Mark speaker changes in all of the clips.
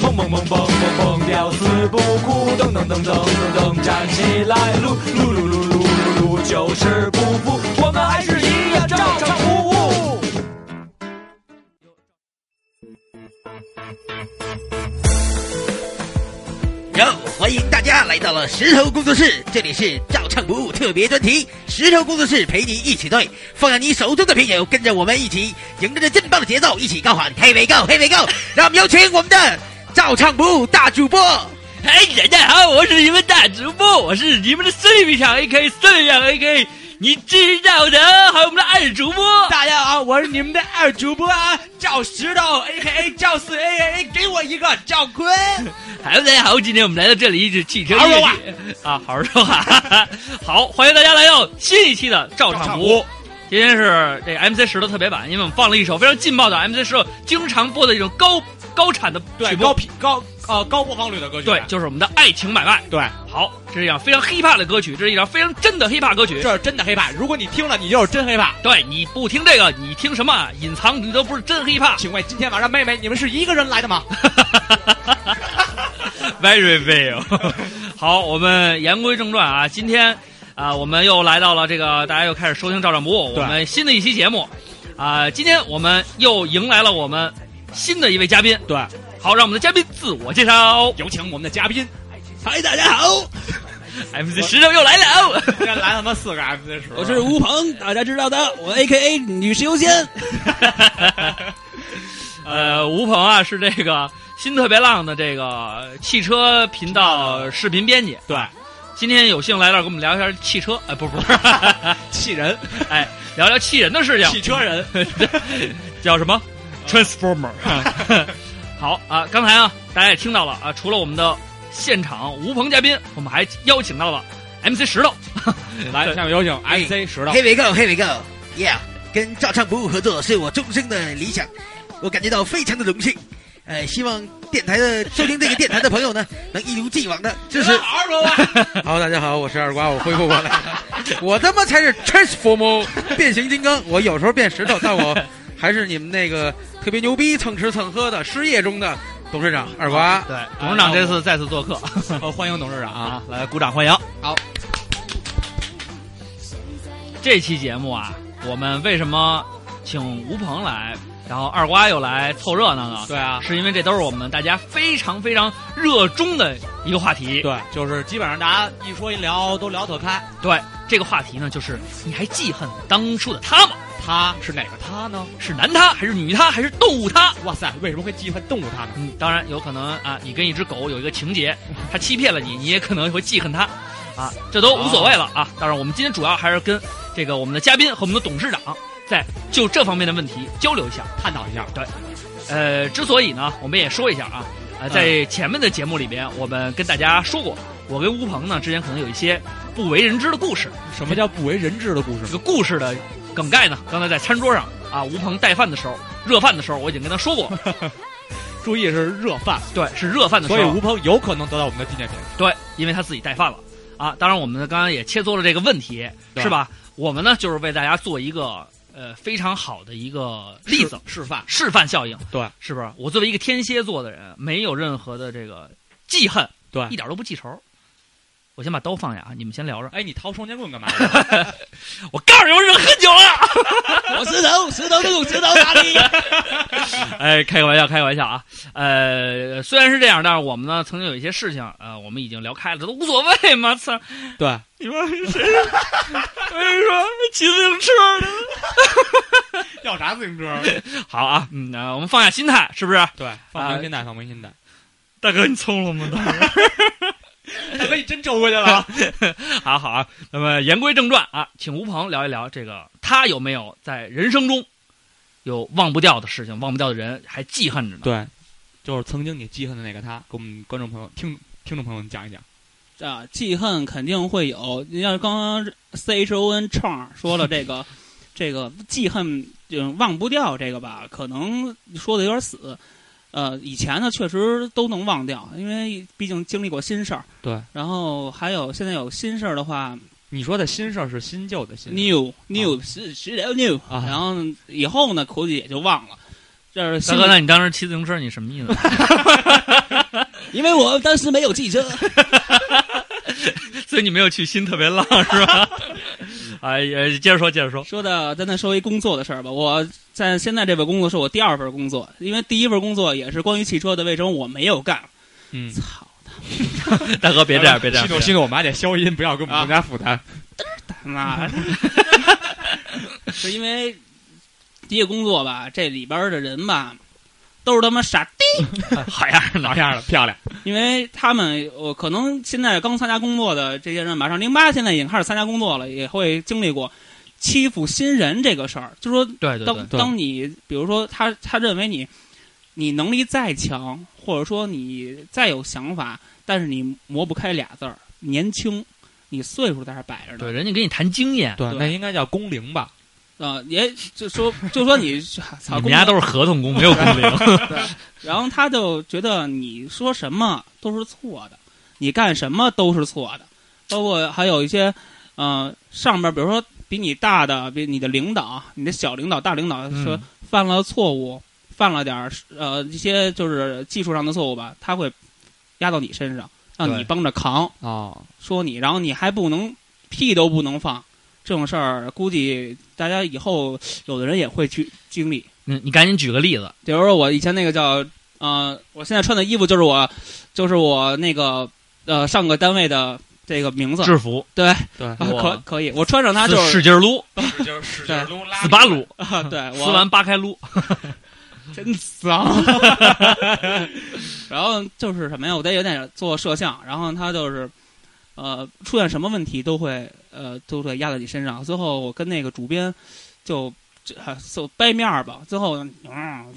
Speaker 1: 蹦蹦蹦蹦蹦，吊死不哭，噔噔噔噔噔噔，站起来，撸撸撸撸撸撸撸，就是不服，我们还是一样照常服务。
Speaker 2: 哟，欢迎大家来到了石头工作室，这里是照唱不误特别专题，石头工作室陪你一起醉，放下你手中的啤酒，跟着我们一起迎着这劲爆的节奏，一起高喊黑尾 go 黑尾 go，让我们有请我们的照唱不误大主播。
Speaker 3: 哎，大家好，我是你们大主播，我是你们的森林场 A K 森林场 A K，你知道的，还有我们的二主播，
Speaker 4: 大家好，我是你们的二主播啊，赵石头 A K A 赵四 A A A，给我一个赵坤。
Speaker 3: 还有大家 好，今天我们来到这里是汽车
Speaker 4: 好好
Speaker 3: 乐
Speaker 4: 说
Speaker 3: 器
Speaker 4: 话
Speaker 3: 啊，好好说话， 哈哈好，欢迎大家来到新一期的照唱不误。今天是这 MC 石头特别版，因为我们放了一首非常劲爆的 MC 石头经常播的一种高高产的曲
Speaker 4: 对，
Speaker 3: 目
Speaker 4: 高，频高呃高播放率的歌曲。
Speaker 3: 对，就是我们的《爱情买卖》。
Speaker 4: 对，
Speaker 3: 好，这是一首非常 hiphop 的歌曲，这是一首非常真的 hiphop 歌曲。
Speaker 4: 这是真的黑怕。如果你听了，你就是真黑怕。
Speaker 3: 对，你不听这个，你听什么隐藏，你都不是真 hiphop。
Speaker 4: 请问今天晚上妹妹，你们是一个人来的吗？
Speaker 3: Very real。好， 我们言归正传啊，今天啊、我们又来到了这个，大家又开始收听《照照不误》我
Speaker 4: 对
Speaker 3: 们新的一期节目啊、今天我们又迎来了我们新的一位嘉宾。
Speaker 4: 对，
Speaker 3: 好，让我们的嘉宾自我介绍。
Speaker 4: 有请我们的嘉宾。
Speaker 2: 嗨，大家 好，
Speaker 3: MC 石头又来了，
Speaker 4: 今天 来他妈四个 MC 时候，
Speaker 2: 吴鹏，大家知道的，我 A K A 女士 优先。
Speaker 3: 呃，吴鹏啊是这个新特别浪的这个汽车频道视频编辑。
Speaker 4: 对
Speaker 3: 今天有幸来这儿跟我们聊一下汽车，哎，不不，
Speaker 4: 气人，
Speaker 3: 哎，聊聊气人的事情。
Speaker 4: 汽车人。
Speaker 3: 叫什么？Transformer。好啊，刚才啊，大家也听到了啊，除了我们的现场吴鹏嘉宾，我们还邀请到了 MC 石头。
Speaker 4: 来，下面有请
Speaker 2: 哎
Speaker 4: MC 石头。
Speaker 2: 黑尾 go 黑尾 go，yeah，跟照唱不误合作是我终生的理想，我感觉到非常的荣幸。呃，希望电台的收听这个电台的朋友呢，能一如既往的支持。
Speaker 4: 好好说话。
Speaker 5: 好，大家好，我是二瓜，我恢复过来 了。我他妈才是 transform 变形金刚，我有时候变石头，但我还是你们那个特别牛逼、蹭吃蹭喝的失业中的董事长二瓜。
Speaker 3: 啊
Speaker 5: 啊
Speaker 3: 对，董事长这次再次做客。
Speaker 4: 呃欢迎董事长啊！来，
Speaker 3: 来鼓掌欢迎。好，这期节目啊，我们为什么请吴鹏来，然后二瓜又来凑热闹呢？
Speaker 4: 对啊，
Speaker 3: 是因为这都是我们大家非常非常热衷的一个话题。
Speaker 4: 对，就是基本上大家一说一聊都聊特开。
Speaker 3: 对，这个话题呢，就是你还记恨当初的他吗？
Speaker 4: 他是哪个他呢？
Speaker 3: 是男他还是女他还是动物他？
Speaker 4: 哇塞，为什么会记恨动物他呢？
Speaker 3: 嗯，当然有可能啊，你跟一只狗有一个情节，它欺骗了你，你也可能会记恨它，啊，这都无所谓了啊。当然，我们今天主要还是跟这个我们的嘉宾和我们的董事长在就这方面的问题交流一下。
Speaker 4: 探讨一下。
Speaker 3: 呃，之所以呢，我们也说一下啊，呃，在
Speaker 4: 嗯
Speaker 3: 前面的节目里边，我们跟大家说过，我跟吴鹏呢之间可能有一些不为人知的故事。
Speaker 4: 什么叫不为人知的故
Speaker 3: 这
Speaker 4: 事？
Speaker 3: 个故事的梗概呢，刚才在餐桌上啊，吴鹏带饭的时候，热饭的时候，我已经跟他说过，
Speaker 4: 注意是热饭，
Speaker 3: 对，是热饭的时
Speaker 4: 所以
Speaker 3: 候
Speaker 4: 吴，鹏有可能得到我们的纪念品。
Speaker 3: 对，因为他自己带饭了啊。当然，我们刚刚也切磋了这个问题，
Speaker 4: 对
Speaker 3: 是吧？我们呢，就是为大家做一个呃非常好的一个例子
Speaker 4: 示范，
Speaker 3: 示范效应，
Speaker 4: 对，
Speaker 3: 是不是？我作为一个天蝎座的人，没有任何的这个记恨，
Speaker 4: 对
Speaker 3: 一点都不记仇。我先把刀放下啊，你们先聊着。
Speaker 4: 哎，你掏双截棍干嘛？
Speaker 3: 我告诉你，我忍很久 了。
Speaker 2: 我石头，石头路，石头哪里？
Speaker 3: 哎，开个玩笑，开个玩笑啊。呃，虽然是这样，但是我们呢，曾经有一些事情，呃，我们已经聊开了，这都无所谓嘛。操，
Speaker 4: 对，
Speaker 3: 你说谁 是？我跟你说，骑自行车的。
Speaker 4: 要啥自行车？
Speaker 3: 好啊，嗯，呃我们放下心态，是不是？啊
Speaker 4: 对，放平心态，放平心态。
Speaker 3: 大哥，你聪了吗？哎
Speaker 4: 大哥，你真抽过去了。
Speaker 3: 好好啊。那么言归正传啊，请吴鹏聊一聊这个，他有没有在人生中有忘不掉的事情，忘不掉的人，还记恨着呢？
Speaker 4: 对，就是曾经你记恨的那个他，给我们观众朋友、听听众朋友们讲一讲。
Speaker 6: 啊，记恨肯定会有。你像刚刚 C H O N 创说了这个， 这个记恨嗯忘不掉这个吧，可能说的有点死。呃，以前呢确实都能忘掉，因为毕竟经历过新事儿。
Speaker 4: 对。
Speaker 6: 然后还有现在有新事儿的话
Speaker 4: 你说的新事儿是新旧的新事儿
Speaker 6: ，new new 是是 new，
Speaker 4: 啊
Speaker 6: 然后以后呢估计也就忘了。这是
Speaker 3: 大
Speaker 6: 新
Speaker 3: 哥，那你当时骑自行车，你什么意思？
Speaker 6: 为我当时没有汽车。
Speaker 3: 所以你没有去心特别浪是吧？哎，也接着说，接着说。
Speaker 6: 说到咱再说一工作的事儿吧，我在现在这份工作是我第二份工作，因为第一份工作也是关于汽车的卫生，我没有干。
Speaker 3: 嗯，
Speaker 6: 操
Speaker 3: 大哥别这样，别这样
Speaker 4: 系。统系统，我们还得消音，不要跟我们更加复杂。
Speaker 6: 他妈的！是因为第一个工作吧，这里边儿的人吧，都是他妈傻逼，
Speaker 3: 好样的，
Speaker 4: 老样了，漂亮。
Speaker 6: 因为他们我可能现在刚参加工作的这些人，马上零八现在已经开始参加工作了，也会经历过欺负新人这个事儿，就说
Speaker 3: 对对对
Speaker 6: 当，当你比如说他他认为你你能力再强，或者说你再有想法，但是你磨不开俩字儿年轻，你岁数在这儿摆着呢。
Speaker 3: 对，人家给你谈经验，
Speaker 4: 对
Speaker 6: 对
Speaker 4: 那应该叫工龄吧？
Speaker 6: 啊、也就说就 说你操，
Speaker 3: 你们家都是合同工，没有工龄。
Speaker 6: 然后他就觉得你说什么都是错的，你干什么都是错的，包括还有一些，嗯、上面比如说比你大的，比你的领导、你的小领导、大领导
Speaker 3: 嗯
Speaker 6: 说犯了错误，犯了点儿呃一些就是技术上的错误吧，他会压到你身上，让
Speaker 3: 对
Speaker 6: 你帮着扛，
Speaker 4: 哦，
Speaker 6: 说你，然后你还不能屁都不能放，这种事儿估计大家以后有的人也会去经历。
Speaker 3: 你你赶紧举个例子，
Speaker 6: 比如说我以前那个叫，呃，我现在穿的衣服就是我，就是我那个呃上个单位的这个名字，
Speaker 3: 制服、
Speaker 6: 对
Speaker 5: 对
Speaker 6: 啊
Speaker 3: 我
Speaker 6: 可可以，我穿上它就
Speaker 3: 使使
Speaker 6: 是
Speaker 3: 劲撸、
Speaker 5: 就是使
Speaker 6: 劲
Speaker 5: 撸
Speaker 3: 死八撸、
Speaker 6: 啊，对
Speaker 3: 撕
Speaker 6: 我
Speaker 3: 完扒开撸，
Speaker 6: 真脏。然后就是什么呀？我在原点做摄像，然后他就是，呃，出现什么问题都会呃都会压在你身上。最后我跟那个主编就。就啊就掰面儿吧，最后，嗯，啊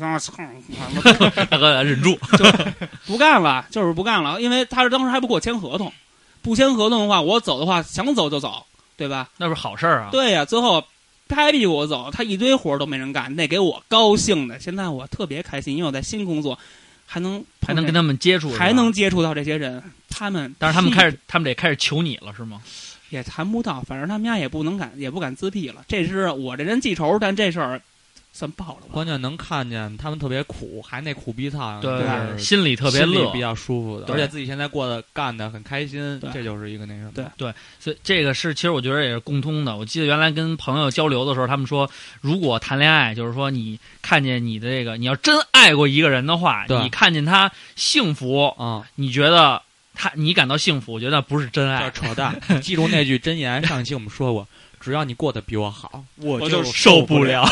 Speaker 3: 大哥忍住。
Speaker 6: 不干了，就是不干了，因为他是当时还不给我签合同，不签合同的话，我走的话想走就走，对吧？
Speaker 3: 那是好事儿啊。
Speaker 6: 对呀、最后拍屁股我走，他一堆活儿都没人干，那给我高兴的。现在我特别开心，因为我在新工作还能
Speaker 3: 还能跟
Speaker 6: 他
Speaker 3: 他们接触，
Speaker 6: 还能
Speaker 3: 是吧，
Speaker 6: 接触到这些人，他们
Speaker 3: 但是他们开
Speaker 6: 屁
Speaker 3: 始，他们得开始求你了，是吗？
Speaker 6: 也谈不到，反正他们家也不能敢，也不敢自闭了。这是我这人记仇，但这事儿算报了吧。
Speaker 4: 关键能看见他们特别苦，还那苦逼操，
Speaker 3: 对，
Speaker 4: 就是
Speaker 3: 心里特别
Speaker 4: 心
Speaker 3: 乐
Speaker 4: 里比。较舒服的，
Speaker 3: 对
Speaker 4: 而且自己现在过得干的很开心
Speaker 6: 对，
Speaker 4: 这就是一个那什么。
Speaker 6: 对
Speaker 3: 所以这个是，其实我觉得也是共通的。我记得原来跟朋友交流的时候，他们说，如果谈恋爱，就是说你看见你的这个，你要真爱过一个人的话，
Speaker 4: 对
Speaker 3: 你看见他幸福，
Speaker 4: 啊，
Speaker 3: 你觉得他你感到幸福，我觉得那不是真
Speaker 4: 叫
Speaker 3: 爱。
Speaker 4: 扯淡。记住 那句真言，上一期我们说过，只要你过得比我好，我
Speaker 3: 就
Speaker 4: 受
Speaker 3: 不
Speaker 4: 了。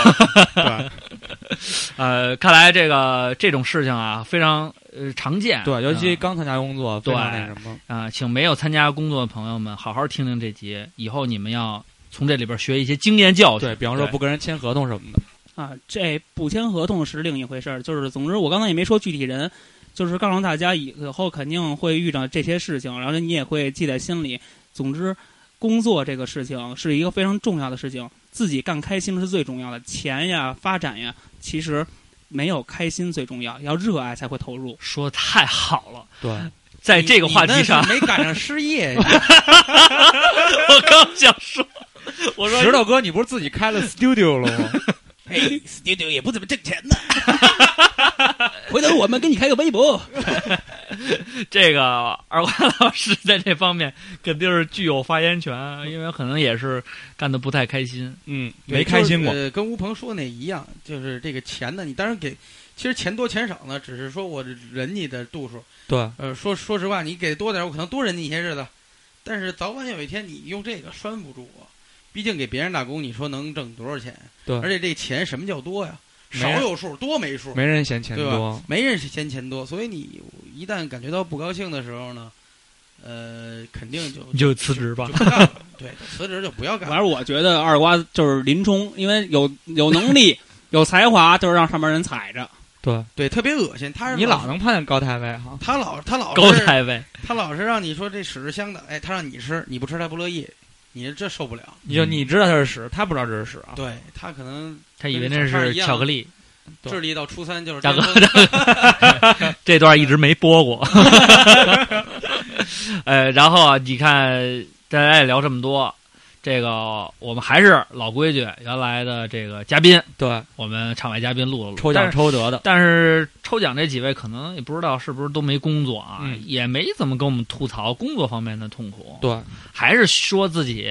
Speaker 4: 对
Speaker 3: 呃，看来这个这种事情啊，非常呃常见。
Speaker 4: 对，尤其
Speaker 3: 嗯
Speaker 4: 刚参加工作，非常那什么。
Speaker 3: 啊、请没有参加工作的朋友们好好听听这集，以后你们要从这里边学一些经验教训。
Speaker 4: 对比方说不跟人签合同什么的，
Speaker 6: 啊，这不签合同是另一回事儿。就是，总之我刚才也没说具体人，就是告诉大家以以后肯定会遇到这些事情，然后你也会记在心里。总之，工作这个事情是一个非常重要的事情，自己干开心是最重要的。钱呀，发展呀，其实没有开心最重要，要热爱才会投入。
Speaker 3: 说的太好了，
Speaker 4: 对，
Speaker 3: 在这个话题上，
Speaker 5: 没赶上失业，
Speaker 3: 我刚想说，我说
Speaker 4: 石头哥，你不是自己开了 studio 了吗？
Speaker 2: 嘿，studio 也不怎么挣 钱呢。
Speaker 6: 回头我们给你开个微博，
Speaker 3: 这个二瓜老师在这方面肯定是具有发言权，因为可能也是干的不太开心。
Speaker 4: 嗯，
Speaker 5: 对
Speaker 4: 没开心过
Speaker 5: 就。是呃跟吴鹏说那一样，就是这个钱呢，你当然给，其实钱多钱少呢，只是说我忍你的度数。
Speaker 4: 对，
Speaker 5: 呃，说说实话，你给多点，我可能多忍你一些日子，但是早晚有一天你用这个拴不住我。毕竟给别人打工，你说能挣多少钱？
Speaker 4: 对
Speaker 5: 而且这钱什么叫多呀？
Speaker 4: 没
Speaker 5: 少
Speaker 4: 人
Speaker 5: 有数，多没数，
Speaker 4: 没人嫌钱
Speaker 5: 对
Speaker 4: 多
Speaker 5: 吧。？没人嫌钱多，所以你一旦感觉到不高兴的时候呢，呃，肯定就
Speaker 3: 你就辞职吧
Speaker 5: 就不干了对，辞职就不要干了
Speaker 6: 反。正我觉得二瓜就是林冲，因为有有能 力、有才华，就是让上面人踩着。
Speaker 4: 对，
Speaker 5: 对，特别恶心。他是
Speaker 4: 你老能碰见高太尉哈。
Speaker 5: 他老他老
Speaker 3: 高
Speaker 5: 是
Speaker 3: 太尉，
Speaker 5: 他老是让你说这屎是香的，哎，他让你吃，你不吃他不乐意，你这受不了。
Speaker 4: 你
Speaker 6: 嗯
Speaker 4: 就你知道他是屎，他不知道这是屎啊。
Speaker 5: 对他可能
Speaker 3: 他以为那是巧克力。
Speaker 4: 对
Speaker 5: 智力到初三就是
Speaker 3: 大哥
Speaker 5: 巅峰
Speaker 3: 这段一直没播过。 呃，然后啊，你看大家也聊这么多，这个我们还是老规矩，原来的这个嘉宾，
Speaker 4: 对，
Speaker 3: 我们场外嘉宾录了录，
Speaker 4: 抽
Speaker 3: 但
Speaker 4: 奖
Speaker 3: 是
Speaker 4: 抽得的，
Speaker 3: 但是抽奖这几位可能也不知道是不是都没工作啊，
Speaker 4: 嗯
Speaker 3: 也没怎么跟我们吐槽工作方面的痛苦，
Speaker 4: 对，
Speaker 3: 还是说自己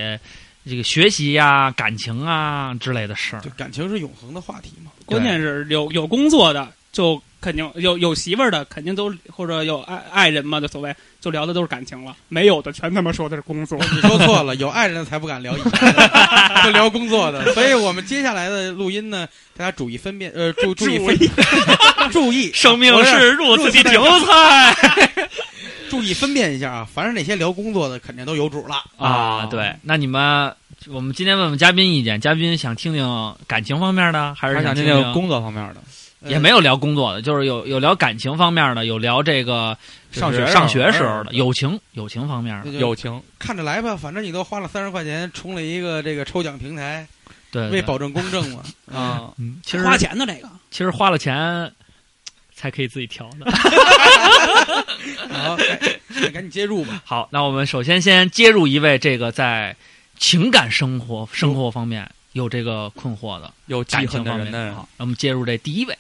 Speaker 3: 这个学习呀、感情啊之类的事儿
Speaker 5: 就。感情是永恒的话题嘛。
Speaker 6: 关键是有有工作的就肯定有有媳妇儿的肯定都或者有爱爱人嘛，就所谓就聊的都是感情了，没有的全他妈说的是工作。
Speaker 5: 你说错了，有爱人的才不敢聊以前 的，就聊工作的。 所以我们接下来的录音呢，大家注意分辨，呃，注注意分， 注意
Speaker 3: 生命是如此的精彩
Speaker 5: 注意分辨一下啊！凡是那些聊工作的，肯定都有主了。
Speaker 3: 啊！对，那你们，我们今天问问嘉宾意见，嘉宾想听听感情方面的，还是
Speaker 4: 还想
Speaker 3: 听
Speaker 4: 听听工作方面的，
Speaker 5: 呃
Speaker 3: 也没有聊工作的，就是有有聊感情方面的，有聊这个
Speaker 4: 上
Speaker 3: 就是
Speaker 4: 学时候
Speaker 3: 上学时候的，友情友情方面的，
Speaker 5: 那就
Speaker 4: 友情，
Speaker 5: 看着来吧，反正你都花了三十块钱充了一个这个抽奖平台，
Speaker 3: 对，对
Speaker 5: 为保证公 正嘛。
Speaker 4: 啊，
Speaker 3: 嗯，其实
Speaker 6: 花钱的这个，
Speaker 3: 其实花了钱才可以自己调的。
Speaker 5: 好，赶赶紧接入吧。
Speaker 3: 好，那我们首先先接入一位这个在情感生活生活方面有这个困惑的
Speaker 4: 有
Speaker 3: 感
Speaker 4: 记
Speaker 3: 情
Speaker 4: 恨
Speaker 3: 方
Speaker 4: 的
Speaker 3: 面
Speaker 4: 人
Speaker 3: 的。
Speaker 4: 呢
Speaker 3: 好，，那我们接入这第一位，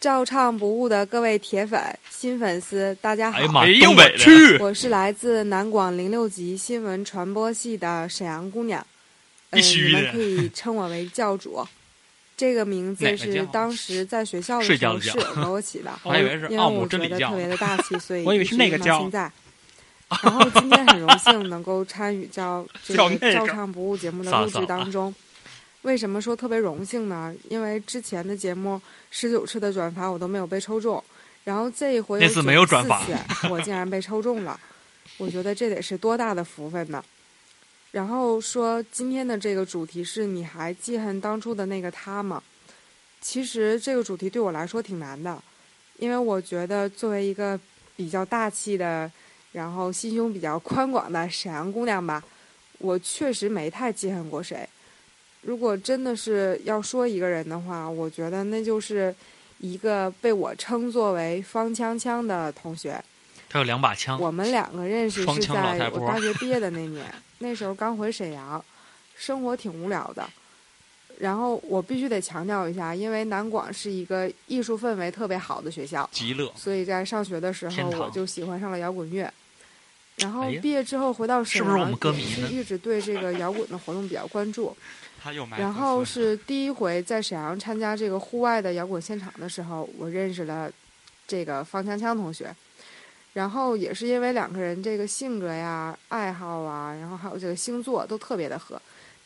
Speaker 7: 照唱不误的各位铁粉、新粉丝，大家好！
Speaker 3: 哎呀妈，
Speaker 8: 哎呦
Speaker 3: 东北
Speaker 8: 我
Speaker 3: 的
Speaker 8: 去！
Speaker 7: 我是来自南广零六级新闻传播系的沈阳姑娘，呃，
Speaker 8: 必须
Speaker 7: 你
Speaker 8: 的
Speaker 7: 们可以称我为教主。这个名
Speaker 4: 哪
Speaker 7: 字
Speaker 4: 个
Speaker 7: 是
Speaker 4: 教
Speaker 7: 当时在学校的
Speaker 8: 睡
Speaker 7: 时
Speaker 8: 觉
Speaker 7: 候
Speaker 8: 的
Speaker 7: 室
Speaker 8: 觉
Speaker 7: 友给我起的，
Speaker 4: 我还以为是
Speaker 7: 因为
Speaker 4: 奥姆
Speaker 7: 我
Speaker 4: 真
Speaker 7: 觉
Speaker 4: 理
Speaker 7: 得
Speaker 4: 教
Speaker 7: 特，别的大气，所以
Speaker 6: 我以为是那个
Speaker 7: 一直
Speaker 6: 教
Speaker 7: 用到现在。然后今天很荣幸能够参与到这
Speaker 8: 叫
Speaker 7: 个
Speaker 8: 那
Speaker 7: 《
Speaker 8: 个
Speaker 7: 照唱不误》节目的录制当中。为什么说特别荣幸呢？因为之前的节目十九次的转发我都没有被抽中，然后这一回
Speaker 8: 那次没有转发
Speaker 7: 94次我竟然被抽中了，我觉得这得是多大的福分呢！然后说今天的这个主题是你还记恨当初的那个他吗？其实这个主题对我来说挺难的，因为我觉得作为一个比较大气的，然后心胸比较宽广的沈阳姑娘吧，我确实没太记恨过谁。如果真的是要说一个人的话，我觉得那就是一个被我称作为“方锵锵”的同学。
Speaker 3: 他有两把枪，
Speaker 7: 我们两个认识
Speaker 4: 双
Speaker 7: 是
Speaker 4: 枪老太
Speaker 7: 在
Speaker 4: 婆
Speaker 7: 我大学毕业的那年，那时候刚回沈阳，生活挺无聊的。然后我必须得强调一下，因为南广是一个艺术氛围特别好的学校，
Speaker 8: 极乐，
Speaker 7: 所以在上学的时
Speaker 3: 天
Speaker 7: 候
Speaker 3: 堂
Speaker 7: 我就喜欢上了摇滚乐。然后
Speaker 3: 哎呀
Speaker 7: 毕业之后回到沈
Speaker 3: 是
Speaker 7: 阳，
Speaker 3: 不是我们歌迷
Speaker 7: 也
Speaker 3: 呢
Speaker 7: 是一直对这个摇滚的活动比较关注。
Speaker 5: 呃
Speaker 4: 他又买
Speaker 7: 然 后是第一回在沈阳参加这个户外的摇滚现场的时候，我认识了这个方锵锵同学。然后也是因为两个人这个性格呀、爱好啊，然后还有这个星座都特别的合。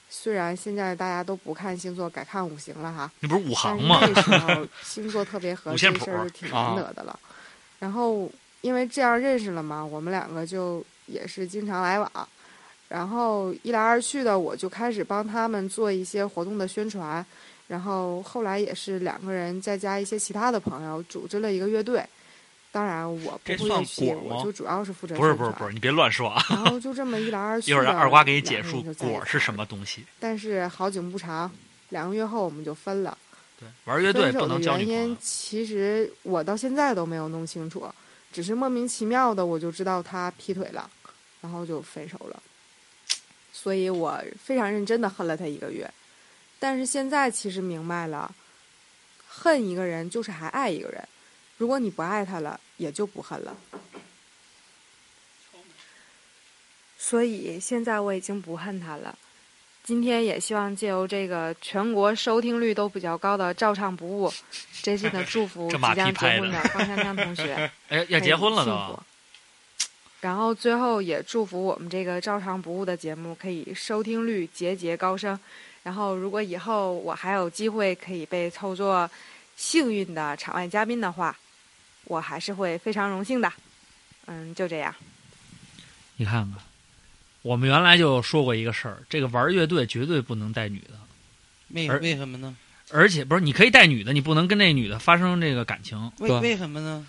Speaker 7: 虽然现在大家都不看星座，改看五行了哈，
Speaker 8: 那不是五行
Speaker 7: 但
Speaker 8: 吗？
Speaker 7: 是那时候星座特别合，
Speaker 8: 五
Speaker 7: 这
Speaker 8: 线谱啊
Speaker 7: 事儿就挺难得的了。然后因为这样认识了嘛，我们两个就也是经常来往。然后一来二去的，我就开始帮他们做一些活动的宣传。然后后来也是两个人再加一些其他的朋友，组织了一个乐队。当然我
Speaker 4: 这
Speaker 7: 不会
Speaker 4: 算
Speaker 7: 乐器，
Speaker 4: 果吗
Speaker 7: 我就主要是负责
Speaker 8: 不是
Speaker 7: 宣
Speaker 8: 不是
Speaker 7: 传
Speaker 8: 不是，你别乱说啊！
Speaker 7: 然后就这么一来二 去
Speaker 8: 一 会
Speaker 7: 的，
Speaker 8: 儿让二瓜给你解述
Speaker 7: 两个人就在一
Speaker 8: 果
Speaker 7: 起
Speaker 8: 是
Speaker 7: 了
Speaker 8: 什么东西。
Speaker 7: 但是好景不长，两个月后我们就分了。
Speaker 8: 对，玩乐队
Speaker 7: 分手
Speaker 8: 不
Speaker 7: 的
Speaker 8: 能交女
Speaker 7: 原
Speaker 8: 朋友
Speaker 7: 因，其实我到现在都没有弄清楚，只是莫名其妙的我就知道他劈腿了，然后就分手了。所以我非常认真的恨了他一个月，但是现在其实明白了，恨一个人就是还爱一个人，如果你不爱他了，也就不恨了。所以现在我已经不恨他了。今天也希望借由这个全国收听率都比较高的《照唱不误》，真心的祝福
Speaker 8: 这
Speaker 7: 即
Speaker 8: 马
Speaker 7: 将
Speaker 8: 屁拍
Speaker 7: 结
Speaker 8: 的
Speaker 7: 婚的方香香同学
Speaker 3: 哎，要结婚了
Speaker 7: 可以
Speaker 3: 都
Speaker 7: 幸福。然后最后也祝福我们这个《照常不误》的节目可以收听率节节高升。然后如果以后我还有机会可以被凑作幸运的场外嘉宾的话，我还是会非常荣幸的。嗯，就这样。
Speaker 3: 你看看，我们原来就说过一个事儿，这个玩乐队绝对不能带女的，
Speaker 5: 为
Speaker 3: 而
Speaker 5: 为什么呢？
Speaker 3: 而且不是你可以带女的，你不能跟那女的发生这个感情，
Speaker 5: 为
Speaker 4: 对
Speaker 5: 为什么呢？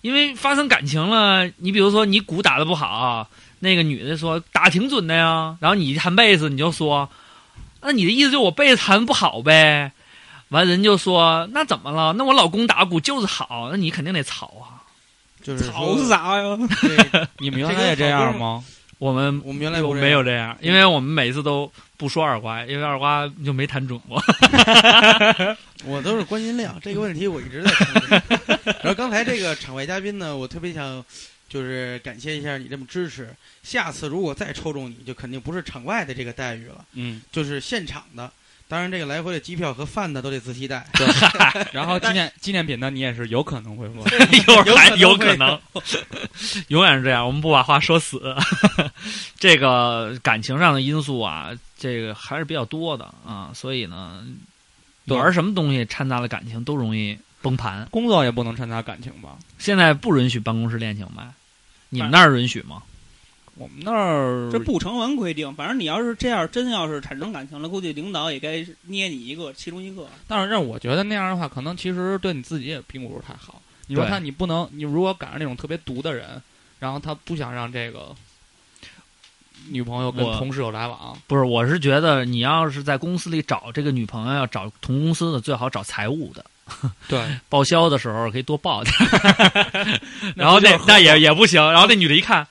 Speaker 3: 因为发生感情了，你比如说你鼓打的不好，那个女的说打挺准的呀，然后你弹贝斯你就说，那你的意思就是我贝斯弹不好呗，完人就说那怎么了？那我老公打鼓就是好，那你肯定得吵啊。
Speaker 5: 就是
Speaker 6: 吵
Speaker 5: 说
Speaker 6: 死啥呀？
Speaker 5: 这
Speaker 4: 你们原来也这样吗？
Speaker 3: 我们
Speaker 5: 我们原来
Speaker 3: 有
Speaker 5: 不
Speaker 3: 没有这样，因为我们每次都不说二瓜，因为二瓜就没弹准过。
Speaker 5: 我都是关音量这个问题，我一 直在考虑。然后刚才这个场外嘉宾呢，我特别想就是感谢一下你这么支持。下次如果再抽中你，就肯定不是场外的这个待遇了，
Speaker 4: 嗯，
Speaker 5: 就是现场的。当然，这个来回的机票和饭呢，都得自己带。
Speaker 4: 然后纪念纪念品呢，你也是有可能会获。
Speaker 3: 一会儿还有
Speaker 5: 有
Speaker 3: 可
Speaker 5: 可
Speaker 3: 能，啊 永远是这样。我们不把话说死，这个感情上的因素啊，这个还是比较多的啊。所以呢，
Speaker 4: 对
Speaker 3: 玩什么东西掺杂了感情，都容易崩盘。
Speaker 4: 工作也不能掺杂感情吧？哎
Speaker 3: 现在不允许办公室恋情吧？你们那儿允许吗？
Speaker 4: 我们那儿
Speaker 6: 这不成文规定，反正你要是这样，真要是产生感情了，估计领导也该捏你一个，其中一个。
Speaker 4: 但是让我觉得那样的话，可能其实对你自己也并不是太好。你说
Speaker 3: 对
Speaker 4: 他，你不能，你如果赶上那种特别毒的人，然后他不想让这个女朋友跟
Speaker 3: 我
Speaker 4: 同事有来往，
Speaker 3: 不是，我是觉得你要是在公司里找这个女朋友，要找同公司的，最好找财务的。
Speaker 4: 对，
Speaker 3: 报销的时候可以多报点儿， 然后那
Speaker 4: 那不就是合
Speaker 3: 那也也不行，然后那女的一看，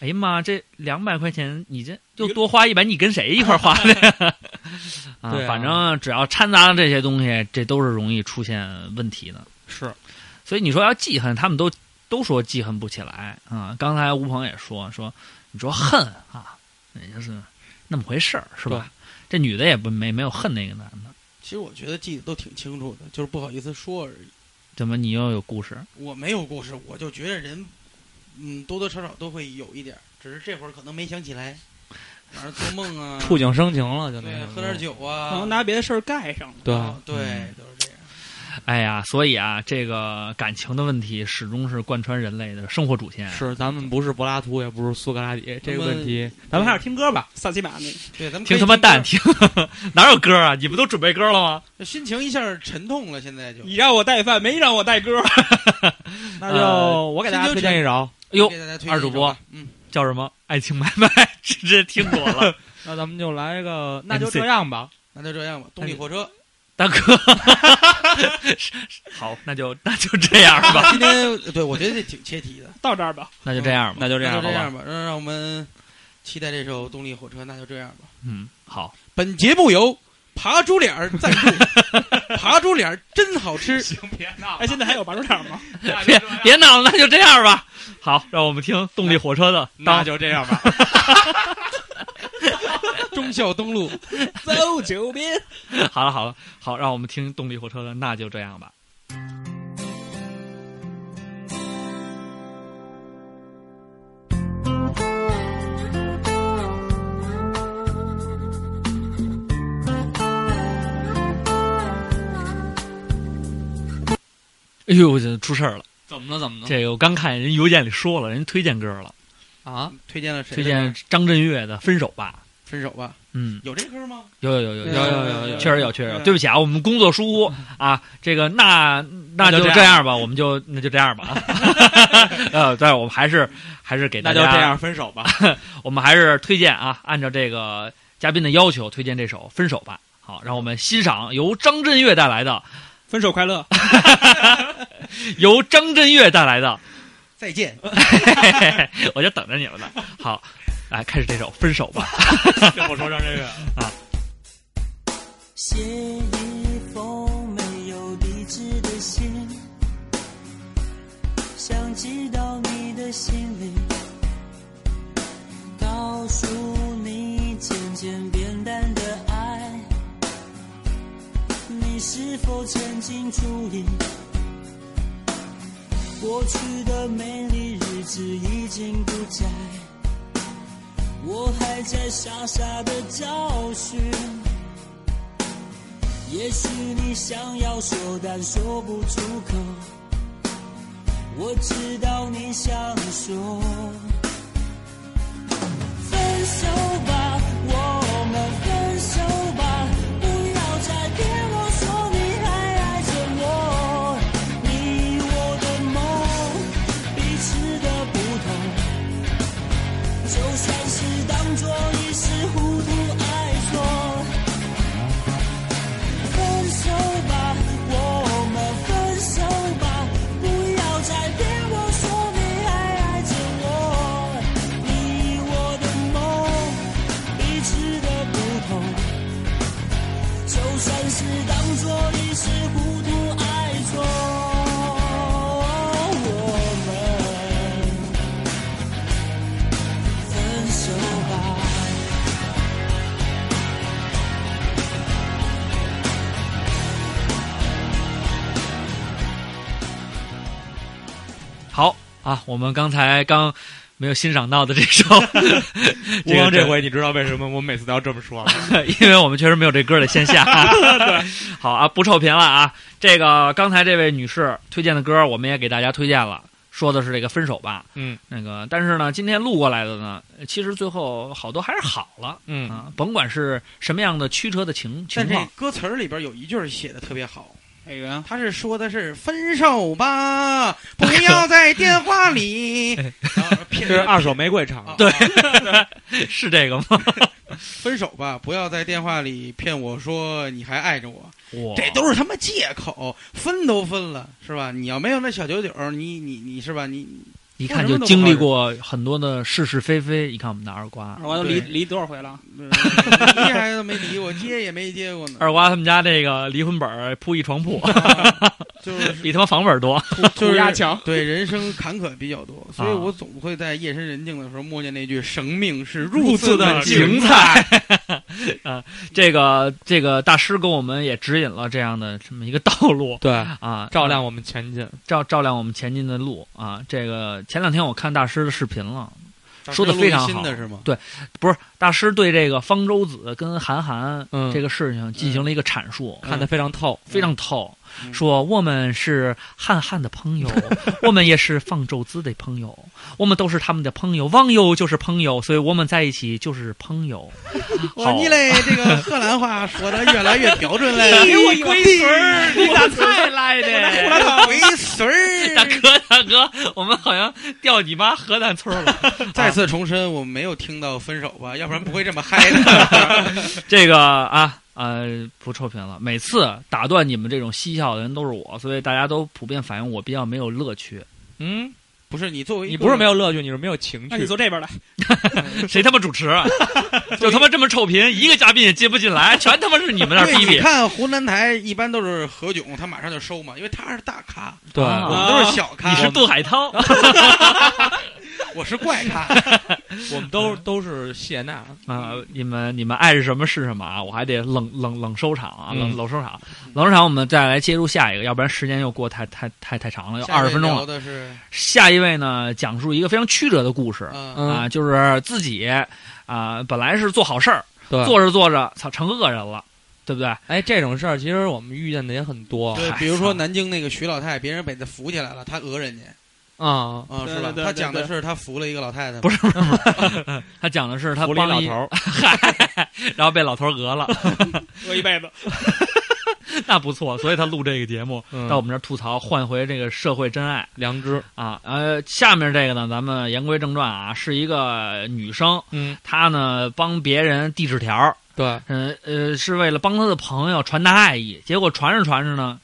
Speaker 3: 哎呀妈，这两百块钱你这又多花一百，你跟谁一块儿花的呀？ 啊
Speaker 4: 对啊
Speaker 3: 反正只要掺杂了这些东西，这都是容易出现问题的。
Speaker 4: 是
Speaker 3: 所以你说要记恨，他们都都说记恨不起来啊。刚才吴鹏也说说，你说恨啊，也就是那么回事儿，是吧？这女的也不没没有恨那个男的，
Speaker 5: 其实我觉得记得都挺清楚的，就是不好意思说而已。
Speaker 3: 怎么你又有故事？
Speaker 5: 我没有故事，我就觉得人，嗯，多多少少都会有一点儿，只是这会儿可能没想起来。晚上做梦啊，
Speaker 4: 触景生情了，就那
Speaker 5: 对，
Speaker 4: 个
Speaker 5: 喝点酒
Speaker 4: 嗯
Speaker 5: 啊，
Speaker 6: 可能拿别的事儿盖上了。
Speaker 4: 对，
Speaker 5: 啊对，
Speaker 3: 嗯
Speaker 5: 都是这样。
Speaker 3: 哎呀，所以啊，这个感情的问题始终是贯穿人类的生活主线。
Speaker 4: 是咱们不是柏拉图，也不是苏格拉底，这个问题，咱
Speaker 6: 咱
Speaker 4: 们
Speaker 6: 们
Speaker 4: 还
Speaker 6: 还
Speaker 4: 是
Speaker 6: 是听歌吧，萨琪玛那个。
Speaker 5: 对，咱们可以
Speaker 3: 听他妈
Speaker 5: 歌
Speaker 3: 蛋，听哪有歌啊？你不都准备歌了吗？
Speaker 5: 这心情一下沉痛了，现在就
Speaker 6: 你让我带饭，没让我带歌。
Speaker 4: 那
Speaker 3: 就
Speaker 4: 就我给大
Speaker 5: 先
Speaker 4: 家
Speaker 5: 就
Speaker 4: 推荐一首，
Speaker 3: 哎呦
Speaker 5: 给，大家推荐
Speaker 3: 二主
Speaker 5: 一首
Speaker 3: 播
Speaker 5: 吧，嗯，
Speaker 3: 叫什么？爱情买卖，直接听过了。
Speaker 4: 那咱们就来一个，那就这样吧，
Speaker 5: 那就这样吧，动力火车。
Speaker 3: 大哥， 好，那就那就这样吧，
Speaker 5: 今天对我觉得这挺切题的，
Speaker 6: 到这儿吧，
Speaker 3: 那就这样吧。
Speaker 4: 那就这
Speaker 5: 嗯那
Speaker 4: 样，
Speaker 5: 就这
Speaker 4: 好吧
Speaker 5: 样吧，让让我们期待这首《动力火车》，那就这样吧。
Speaker 3: 嗯，好，
Speaker 5: 本节目由爬猪脸儿赞助，爬猪脸儿真好吃。
Speaker 6: 哎，现在还有拔出点吗？
Speaker 3: 别别闹了，那就这样吧。好，让我们听动力火车的《当
Speaker 4: 那就这样 吧，
Speaker 5: 忠孝东 路，
Speaker 6: 走九遍。
Speaker 3: 好了好了，好，让我们听动力火车的，那就这样吧。哎呦，我这出事儿了！
Speaker 4: 怎么了？怎么了？
Speaker 3: 这个我刚看人邮件里说了，人推荐歌了，
Speaker 4: 啊，
Speaker 5: 推荐了谁？
Speaker 3: 推荐张震岳的《分手吧》。
Speaker 5: 分手吧。
Speaker 3: 嗯，
Speaker 5: 有这歌吗？
Speaker 3: 有有有有
Speaker 5: 对
Speaker 3: 有
Speaker 5: 啊
Speaker 3: 有有有，确实有确实有。
Speaker 5: 对啊
Speaker 3: 对不起啊，我们工作疏忽啊，这个那那
Speaker 4: 那
Speaker 3: 就
Speaker 4: 就
Speaker 3: 这
Speaker 4: 这
Speaker 3: 样吧，我们就那就这样吧 啊。呃，但是我们还是还是给大
Speaker 4: 那
Speaker 3: 家
Speaker 4: 就这，样，分手吧。
Speaker 3: 我们还是推荐啊，按照这个嘉宾的要求推荐这首《分手吧》。好，让我们欣赏由张震岳带来的，
Speaker 6: 分手快乐，
Speaker 3: 由张震岳带来的，
Speaker 5: 再见。
Speaker 3: 嘿嘿嘿， 我就等着你们呢。好，来开始这首《分手吧》。啊
Speaker 4: 我说张震 岳，
Speaker 9: 写一封没有地址的信，想知道你的心里，告诉你渐渐变淡的爱，你是否曾经注意？过去的美丽日子已经不在，我还在傻傻的找寻。也许你想要说，但说不出口。我知道你想说，分手吧，我们分手吧，不要再骗我说你还爱着我。你我的梦，彼此的不同。就算是当作一时糊涂爱错。分手吧，我们分手吧，不要再骗我说你还爱着我。你我的
Speaker 3: 好啊，我们刚才刚没有欣赏到的这首
Speaker 4: 《
Speaker 3: 这
Speaker 4: 乌光》，
Speaker 3: 个这
Speaker 4: 这回你知道为什么我每次都要这么说了？
Speaker 3: 因为我们确实没有这歌的线 下。好啊，不臭贫了啊！这个刚才这位女士推荐的歌，我们也给大家推荐了，说的是这个分手吧。
Speaker 4: 嗯，
Speaker 3: 那个，但是呢，今天录过来的呢，其实最后好多还是好了。
Speaker 4: 嗯，
Speaker 3: 啊，甭管是什么样的曲折的情情
Speaker 5: 但这
Speaker 3: 况，
Speaker 5: 歌词儿里边有一句儿写的特别好，
Speaker 6: 这个
Speaker 5: 他是说的是分手 吧，不要在电话里，然后
Speaker 4: 这
Speaker 5: 骗
Speaker 4: 是
Speaker 5: 人
Speaker 4: 二手玫瑰唱的。
Speaker 5: 对，
Speaker 3: 是这个吗？
Speaker 5: 分手吧，不要在电话里骗我说你还爱着我，
Speaker 3: 哇
Speaker 5: 这都是他妈借口，分都分了是吧？你要没有那小九九，你你你是吧？你
Speaker 3: 一看就经历过很多的是是非非。一看我们的二瓜，
Speaker 6: 二瓜都离
Speaker 5: 对
Speaker 6: 离多少回了？
Speaker 5: 呃 离孩子没离 过，接也没接过呢，
Speaker 3: 二瓜他们家这个离婚本儿铺一床铺，
Speaker 5: 啊就是
Speaker 3: 比他妈房本儿多。
Speaker 5: 就是
Speaker 6: 压强，
Speaker 5: 对人生坎坷比较多，所以我总会在夜深人静的时候默念那句“生命是如此的精彩
Speaker 3: 啊这个这个大师给我们也指引了这样的这么一个道路
Speaker 4: 对，
Speaker 3: 啊，
Speaker 4: 照亮我们前进。
Speaker 3: 照照亮我们前进的路啊。这个前两天我看大师的视频了，”，说
Speaker 5: 的
Speaker 3: 得非常好
Speaker 5: 新的是吗？
Speaker 3: 不是大师对这个方舟子跟韩寒
Speaker 4: 嗯，
Speaker 3: 这个事情进行了一个阐述，嗯
Speaker 4: 看得非常透。
Speaker 3: 非常透。
Speaker 5: 嗯
Speaker 3: 说我们是汉汉的朋友，我们也是方舟子的朋友，我们都是他们的朋友，网友就是朋友，所以我们在一起就是朋友。
Speaker 5: 我
Speaker 3: 好
Speaker 5: 说你嘞，这个荷兰话说的越来越标准 嘞，
Speaker 3: 给我龟孙儿，你咋才来 的？
Speaker 5: 龟孙
Speaker 3: 大
Speaker 5: 儿。
Speaker 3: 哥，大哥，我们好像掉你妈河南村了。
Speaker 5: 再次重申，我没有听到分手吧，要不然不会这么嗨的。
Speaker 3: 这个啊，呃，不臭贫了。每次打断你们这种嬉笑的人都是我，所以大家都普遍反映我比较没有乐趣。
Speaker 4: 嗯，
Speaker 5: 不是你作为一
Speaker 4: 你
Speaker 5: 个
Speaker 4: 不是没有乐趣，你是没有情
Speaker 6: 那你
Speaker 4: 趣。
Speaker 6: 坐这边来，
Speaker 3: 谁他妈主持啊？就他妈这么臭贫，一个嘉宾也接不进来，全他妈是你们那儿
Speaker 5: 对，
Speaker 3: 逼
Speaker 5: 你
Speaker 3: 逼。
Speaker 4: 啊
Speaker 5: 看湖南台一般都是何炅，他马上就收嘛，因为他是大咖，
Speaker 4: 对，
Speaker 5: 我
Speaker 3: 啊
Speaker 5: 们都是小咖。
Speaker 3: 你是
Speaker 5: 我
Speaker 3: 杜海涛，
Speaker 5: 我是怪 咖，
Speaker 4: 我们
Speaker 5: 嗯
Speaker 4: 都都是谢娜。
Speaker 3: 啊，你们你们爱是什么是什么啊？我还得冷冷冷收场啊，冷
Speaker 4: 嗯
Speaker 3: 冷收场，冷收场，我们再来接入下一个，要不然时间又过太太太太长了，要二十分钟
Speaker 5: 下一位聊
Speaker 3: 了。
Speaker 5: 的是
Speaker 3: 下一位呢，讲述一个非常曲折的故事
Speaker 5: 嗯，
Speaker 4: 嗯
Speaker 3: 啊，就是自己啊，本来是做好事儿，
Speaker 4: 对，
Speaker 3: 做着做着，操，成恶人了，对不对？
Speaker 4: 哎，这种事儿其实我们遇见的也很多
Speaker 5: 对，
Speaker 3: 嗨
Speaker 5: 比如说南京那个徐老太，别人被他扶起来了，他讹人家
Speaker 4: 啊。
Speaker 5: 啊，
Speaker 6: 对
Speaker 5: 是吧？
Speaker 6: 对对
Speaker 5: 他讲的是他扶了一个老 太太，
Speaker 3: 不
Speaker 5: 是
Speaker 3: 是不是不是， 他讲的是他
Speaker 4: 福利
Speaker 3: 帮
Speaker 4: 老
Speaker 3: 一
Speaker 4: 头， 儿，
Speaker 3: 然后被老头儿 讹了，
Speaker 6: 我一辈子。
Speaker 3: 那不错，所以他录这个节目
Speaker 4: 嗯
Speaker 3: 到我们这儿吐槽，换回这个社会真爱。
Speaker 4: 良知，
Speaker 3: 啊，呃，下面这个呢，咱们言归正传啊，是一个女生，
Speaker 4: 嗯，
Speaker 3: 她呢帮别人递纸条儿，
Speaker 4: 对，
Speaker 3: 嗯呃是为了帮她的朋友传达爱意，结果传着传着呢，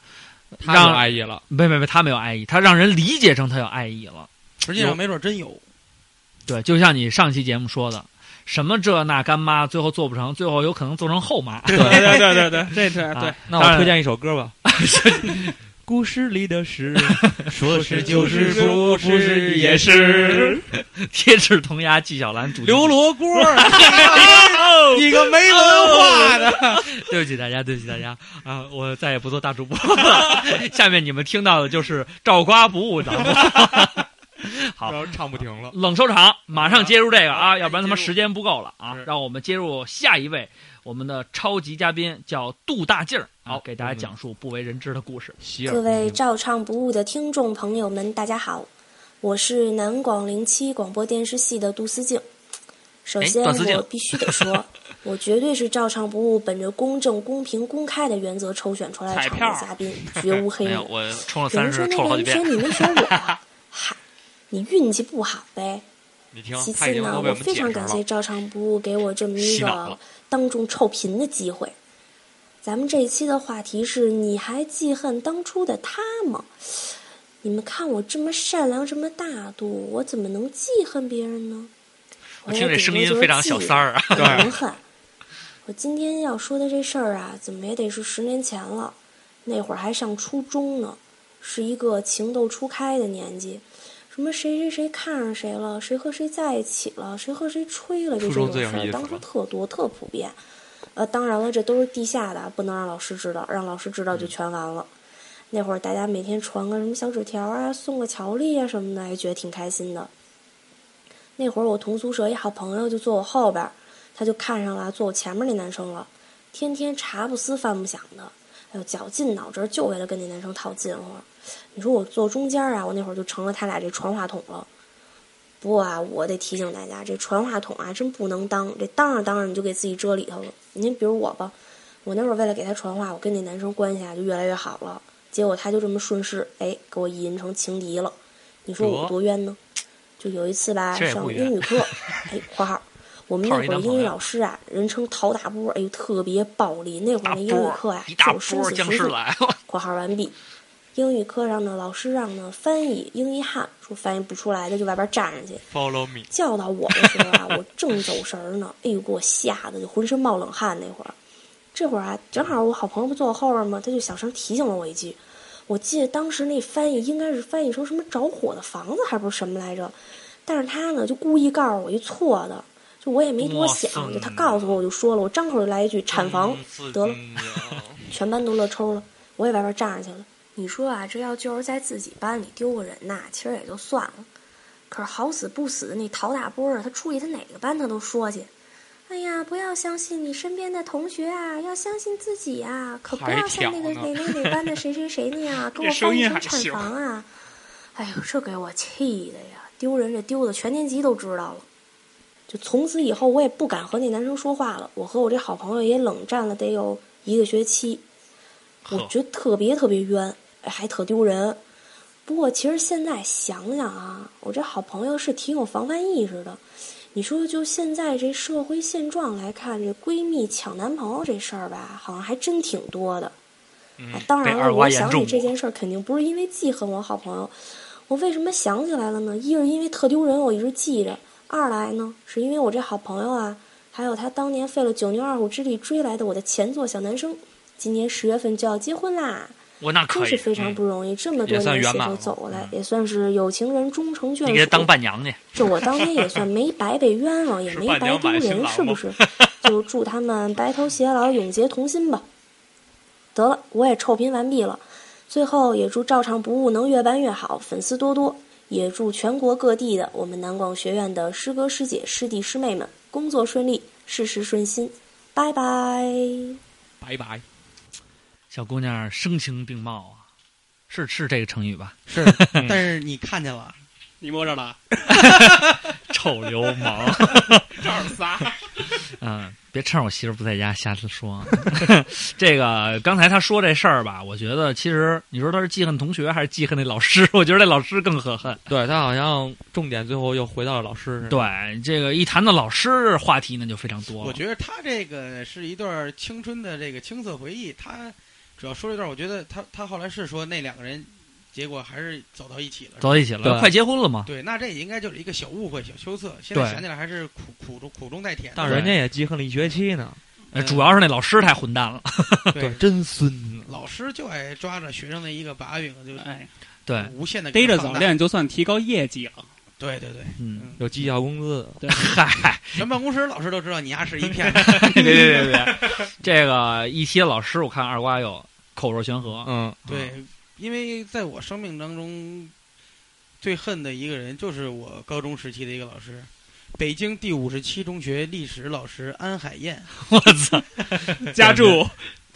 Speaker 4: 他有
Speaker 3: 让
Speaker 4: 爱意了，
Speaker 3: 没没没，她没有爱意，她让人理解成她有爱意了。
Speaker 5: 实际上没准真有。
Speaker 3: 对，就像你上期节目说的，什么这那干妈，最后做不成，最后有可能做成后妈。
Speaker 6: 对对对对 对，这这对
Speaker 3: 啊，
Speaker 4: 那
Speaker 3: 当
Speaker 4: 我
Speaker 3: 然
Speaker 4: 推荐一首歌吧。故事里的事，说
Speaker 5: 是就是不是也 是。
Speaker 3: 贴纸童牙纪晓岚主题曲
Speaker 5: 刘罗锅儿，你个没文化的！
Speaker 3: 对不起大家，对不起大家啊！我再也不做大主播 了。下面你们听到的就是照瓜不误掌握。好
Speaker 4: 然后唱不停了。
Speaker 3: 冷收场，马上接入这个啊，
Speaker 5: 好
Speaker 3: 要不然他妈时间不够了啊！
Speaker 5: 是
Speaker 3: 让我们接入下一位，我们的超级嘉宾叫杜大劲儿，好，给大家讲述不为人知的故事。
Speaker 4: 洗耳
Speaker 10: 各位
Speaker 4: 恭听
Speaker 10: 照唱不误的听众朋友们，大家好，我是南广零七广播电视系的杜思静。首
Speaker 3: 哎
Speaker 10: 先，
Speaker 3: 段思静
Speaker 10: 我必须得 说，我绝对是照唱不误，本着公正、公平、公开的原则抽选出来
Speaker 6: 彩
Speaker 10: 场
Speaker 6: 票
Speaker 10: 的嘉宾，绝无黑
Speaker 3: 没有，
Speaker 10: 幕。
Speaker 3: 我充了
Speaker 10: 有
Speaker 3: 三
Speaker 10: 人
Speaker 3: 十
Speaker 10: 说，那
Speaker 3: 抽了好
Speaker 10: 个
Speaker 3: 几
Speaker 10: 人
Speaker 3: 遍
Speaker 10: 选。你 没选我，嗨，你运气不好呗。
Speaker 4: 你听
Speaker 10: 其
Speaker 4: 他
Speaker 10: 次
Speaker 4: 已经
Speaker 10: 呢
Speaker 4: 都，被
Speaker 10: 我
Speaker 4: 我们
Speaker 10: 非
Speaker 4: 解释
Speaker 10: 常感谢
Speaker 4: 了。
Speaker 10: 照常不误给我这么一
Speaker 3: 洗脑
Speaker 10: 个
Speaker 3: 了
Speaker 10: 当众臭贫的机会。咱们这一期的话题是：你还记恨当初的他吗？你们看我这么善良，这么大度，我怎么能记恨别人呢？
Speaker 3: 我
Speaker 10: 也
Speaker 3: 听这
Speaker 10: 顶
Speaker 3: 声
Speaker 10: 多就
Speaker 3: 音
Speaker 10: 是
Speaker 3: 非常
Speaker 10: 记
Speaker 3: 小三儿啊，
Speaker 10: 我能恨。我今天要说的这事儿啊，怎么也得是十年前了，那会儿还上初中呢，是一个情窦初开的年纪。什么谁谁谁看上谁了，谁和谁在一起了，谁和谁吹了，就这
Speaker 4: 初中
Speaker 10: 种
Speaker 4: 最
Speaker 10: 事
Speaker 4: 有意思
Speaker 10: 儿，当时
Speaker 4: 了
Speaker 10: 特多特普遍。呃，当然了，这都是地下的，不能让老师知道，让老师知道就全完了。那会儿大家每天传个什么小纸条啊，送个巧克力啊什么的，也觉得挺开心的。那会儿我同宿舍一好朋友就坐我后边儿，他就看上了坐我前面那男生了，天天茶不思饭不想的，哎呦绞尽脑汁就为了跟那男生套近乎。你说我坐中间儿啊，我那会儿就成了他俩这传话筒了。不过啊，我得提醒大家，这传话筒啊真不能当，这当着当着你就给自己遮里头了。您比如我吧，我那会儿为了给他传话，我跟那男生关系啊就越来越好了，结果他就这么顺势，哎，给我意淫成情敌了。你说我
Speaker 8: 得
Speaker 10: 多冤呢？就有一次吧，
Speaker 8: 这也
Speaker 10: 上
Speaker 8: 不
Speaker 10: 英
Speaker 8: 冤
Speaker 10: 语课，哎，括号，我们那
Speaker 8: 炮儿
Speaker 10: 会
Speaker 8: 一
Speaker 10: 儿
Speaker 8: 男
Speaker 10: 英
Speaker 8: 朋
Speaker 10: 语
Speaker 8: 友
Speaker 10: 老师啊，人称陶大波，哎呦，特别暴力。那会儿
Speaker 8: 大
Speaker 10: 那英语
Speaker 8: 波
Speaker 10: 课啊
Speaker 8: 一，大
Speaker 10: 就生
Speaker 8: 波
Speaker 10: 死
Speaker 8: 僵
Speaker 10: 熟
Speaker 8: 尸
Speaker 10: 读
Speaker 8: 来了。
Speaker 10: 括号完毕。英语课上呢，老师让呢翻译英译汉，说翻译不出来的就外边站着去。
Speaker 8: Follow me，
Speaker 10: 叫到我的时候啊，我正走神儿呢，哎呦，给我吓得就浑身冒冷汗。那会儿，这会儿啊，正好我好朋友不坐我后边吗？他就小声提醒了我一句。我记得当时那翻译应该是翻译成什么着火的房子，还不是什么来着？但是他呢，就故意告诉我一错的，就我也没多
Speaker 8: 哇
Speaker 10: 想，
Speaker 8: 塞
Speaker 10: 就他告诉我我就说了，我张口就来一句产房，得了，全班都乐抽了，我也外边站着去了。你说啊，这要就是在自己班里丢个人呐、其实也就算了。可是好死不死，那陶大波啊，他出去他哪个班他都说去。哎呀，不要相信你身边的同学啊，要相信自己啊，可不
Speaker 4: 还
Speaker 10: 要像那个
Speaker 4: 挑
Speaker 10: 哪
Speaker 4: 呢
Speaker 10: 哪哪班的谁谁谁那样，给我
Speaker 3: 这声
Speaker 10: 翻译
Speaker 3: 音
Speaker 10: 成
Speaker 3: 还
Speaker 10: 产
Speaker 3: 行
Speaker 10: 房啊！哎呦，这给我气的呀，丢人这丢的，全年级都知道了。就从此以后，我也不敢和那男生说话了。我和我这好朋友也冷战了得有一个学期，我
Speaker 8: 呵
Speaker 10: 觉得特别特别冤，哎还特丢人。不过其实现在想想啊，我这好朋友是挺有防范意识的。你说就现在这社会现状来看，这闺蜜抢男朋友这事儿吧，好像还真挺多的。
Speaker 8: 嗯
Speaker 10: 啊，当
Speaker 8: 被
Speaker 10: 然
Speaker 8: 二
Speaker 10: 了，
Speaker 8: 瓜
Speaker 10: 我
Speaker 8: 严
Speaker 10: 想起
Speaker 8: 重
Speaker 10: 这件事儿，肯定不是因为记恨我好朋友。我为什么想起来了呢？一是因为特丢人，我一直记着；二来呢，是因为我这好朋友啊，还有他当年费了九牛二虎之力追来的我的前座小男生，今年十月份就要结婚啦，
Speaker 8: 我那可
Speaker 10: 真
Speaker 8: 以，
Speaker 10: 是非常
Speaker 8: 嗯
Speaker 10: 不容易，这么多
Speaker 8: 也算
Speaker 10: 年
Speaker 8: 圆
Speaker 10: 携
Speaker 8: 满
Speaker 10: 手
Speaker 8: 了
Speaker 10: 走过来
Speaker 8: 嗯，
Speaker 10: 也算是有情人终成眷属。
Speaker 8: 你给他当伴娘去，
Speaker 10: 这我当年也算没白被冤枉，也 没白丢人，是不是？ 就祝他们白头偕老，永结同心吧。得了，我也臭贫完毕了。最后也祝照常不误能越办越好，粉丝多多。也祝全国各地的我们南广学院的师哥师姐、师弟师妹们工作顺利，事事顺心。拜拜。
Speaker 4: 拜拜。
Speaker 3: 小姑娘声情并茂啊，是是这个成语吧？
Speaker 5: 是，
Speaker 4: 嗯
Speaker 5: 但是你看见了，
Speaker 6: 你摸 着了，
Speaker 3: 臭流 氓，
Speaker 6: 这儿仨。
Speaker 3: 嗯，别趁着我媳妇不在家瞎子说啊。 这个刚才他说这事儿吧，我觉得其实你说他是记恨同学还是记恨那老师？ 我觉得那老师更可恨。
Speaker 4: 对他好像重点最后又回到了老师身上。
Speaker 3: 对，这个一谈到老师话题呢，就非常多
Speaker 5: 我
Speaker 3: 了。
Speaker 5: 觉得他这个是一段青春的这个青涩回忆。他主要说这段，我觉得他他后来是说那两个人，结果还是走到一起了。
Speaker 3: 走到一起了，
Speaker 4: 对
Speaker 3: 快结婚了嘛？
Speaker 5: 对，那这也应该就是一个小误会、小羞涩。现在
Speaker 3: 对
Speaker 5: 想起来还是苦苦中苦中带甜的。
Speaker 4: 但人家也记恨了一学期呢。
Speaker 3: 呃
Speaker 5: 嗯
Speaker 3: 主要是那老师太混蛋了。
Speaker 5: 对，
Speaker 4: 真孙子。
Speaker 5: 老师就爱抓着学生的一个把柄，就
Speaker 6: 哎，
Speaker 3: 对，
Speaker 5: 无限的
Speaker 6: 逮着早。恋就算提高业绩了。
Speaker 5: 对对对，
Speaker 3: 嗯，
Speaker 4: 有绩效工资，
Speaker 3: 嗨，
Speaker 5: 全办公室老师都知道你丫是一骗 子。
Speaker 3: 别别别别， 这个一些老师，我看二瓜有口若悬河。
Speaker 4: 嗯，
Speaker 5: 对，因为在我生命当中，最恨的一个人就是我高中时期的一个老师，北京第五十七中学历史老师安海燕，
Speaker 3: 我操，
Speaker 6: 家住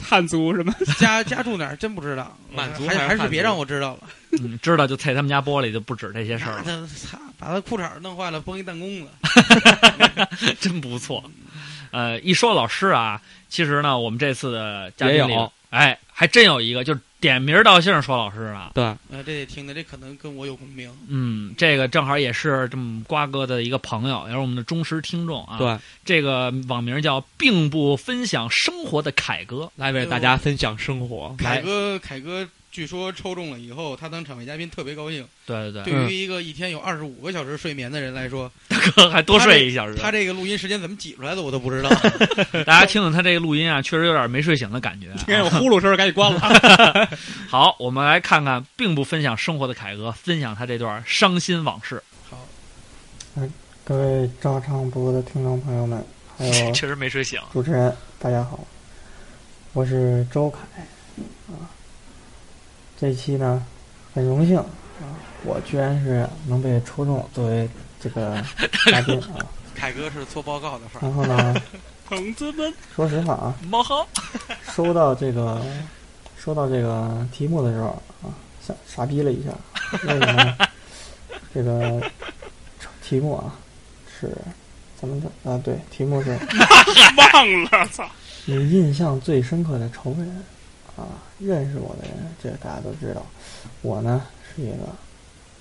Speaker 6: 汉族什么？
Speaker 5: 家家住哪儿真不知道，呃
Speaker 4: 满族
Speaker 5: 还
Speaker 4: 还是
Speaker 5: 还
Speaker 4: 汉
Speaker 5: 是
Speaker 4: 族
Speaker 5: 别让我知道了。
Speaker 3: 嗯，知道就踩他们家玻璃就不止这些事儿
Speaker 5: 那
Speaker 3: 了，
Speaker 5: 他擦，把他裤衩儿弄坏了，崩一弹弓子。
Speaker 3: 真不错。呃，一说老师啊，其实呢，我们这次的嘉宾
Speaker 4: 也
Speaker 3: 里
Speaker 4: 有，
Speaker 3: 哎，还真有一个，就是点名道姓说老师啊。
Speaker 4: 对，
Speaker 5: 呃，这得听的，这可能跟我有共鸣。
Speaker 3: 嗯，这个正好也是这么瓜哥的一个朋友，也是我们的忠实听众啊。
Speaker 4: 对，
Speaker 3: 这个网名叫“并不分享生活的凯哥
Speaker 4: 来为大家分享生活。
Speaker 5: 凯
Speaker 3: 来
Speaker 5: 哥，凯哥，据说抽中了以后，他当场外嘉宾特别高兴。”。
Speaker 3: 对对对，
Speaker 11: 嗯
Speaker 5: 对于一个一天有二十五个小时睡眠的人来 说，
Speaker 3: 哥还多睡一小时。
Speaker 5: 他这个录音时间怎么挤出来的，我都不知道。
Speaker 3: 大家 听听他这个录音啊，确实有点没睡醒的感觉啊、
Speaker 6: 听见有呼噜声，赶紧关了。
Speaker 3: 好，我们来看看并不分享生活的凯哥分享他这段伤心往事，
Speaker 11: 各位照唱不误的听众朋友们，还有
Speaker 3: 确实没睡醒。
Speaker 11: 主持人，大家好，我是周凯，啊，这期呢，很荣幸啊，我居然是能被抽中作为这个嘉宾 啊。
Speaker 5: 凯哥是做报告的份儿。
Speaker 11: 然后呢，
Speaker 6: 同志们，
Speaker 11: 说实话啊，
Speaker 3: 猫好，
Speaker 11: 收到这个收到这个题目的时候啊，傻傻逼了一下，为什么呢？这个题目啊是咱们的啊，对，题目是
Speaker 6: 忘了，操！
Speaker 11: 你印象最深刻的仇人啊，认识我的人，这大家都知道。我呢是一个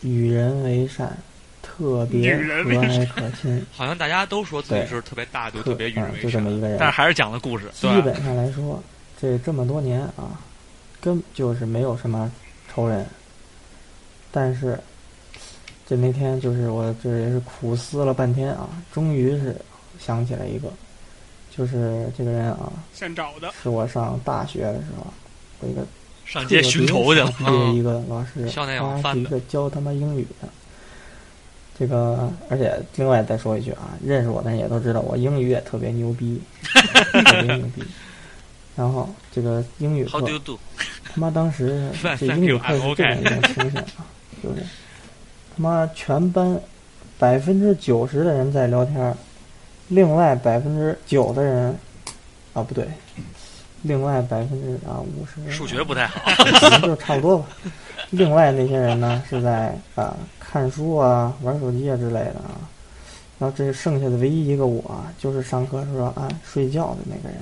Speaker 11: 与人为善，特别
Speaker 8: 与人为
Speaker 11: 和蔼
Speaker 8: 善
Speaker 11: 可亲，
Speaker 8: 好像大家都说自己是特别大度、
Speaker 11: 特
Speaker 8: 特别与
Speaker 11: 啊
Speaker 8: 人为
Speaker 11: 就这
Speaker 8: 善
Speaker 11: 么一个人，
Speaker 8: 但是还是讲了故事，
Speaker 11: 基
Speaker 8: 对吧
Speaker 11: 本上来说，这这么多年啊，根就是没有什么仇人。但是，这那天就是我这也是苦思了半天啊，终于是想起来一个，就是这个人啊，
Speaker 6: 现找的，
Speaker 11: 是我上大学的时候，我一个
Speaker 8: 上街寻仇去了嗯
Speaker 11: 特别傻逼的一个老师，
Speaker 8: 校内网
Speaker 11: 他
Speaker 8: 贩
Speaker 11: 是一个教他妈英语的。这个，而且另外再说一句啊，认识我的人也都知道，我英语也特别牛逼，特别牛逼。然后这个英语课
Speaker 8: How do you do？
Speaker 11: 他妈当时
Speaker 8: Fine,
Speaker 11: 这
Speaker 8: thank
Speaker 11: 英语
Speaker 8: you,
Speaker 11: 课
Speaker 8: I'm
Speaker 11: 是这样一种
Speaker 8: okay
Speaker 11: 情形啊，就是他妈全班百分之九十的人在聊天儿，另外百分之九的人啊不对，另外百分之啊五十
Speaker 8: 数学不太 好
Speaker 11: 可能就差不多吧。另外那些人呢是在啊、看书啊、玩手机啊之类的啊。然后这剩下的唯一一个我啊，就是上课时候啊睡觉的那个人。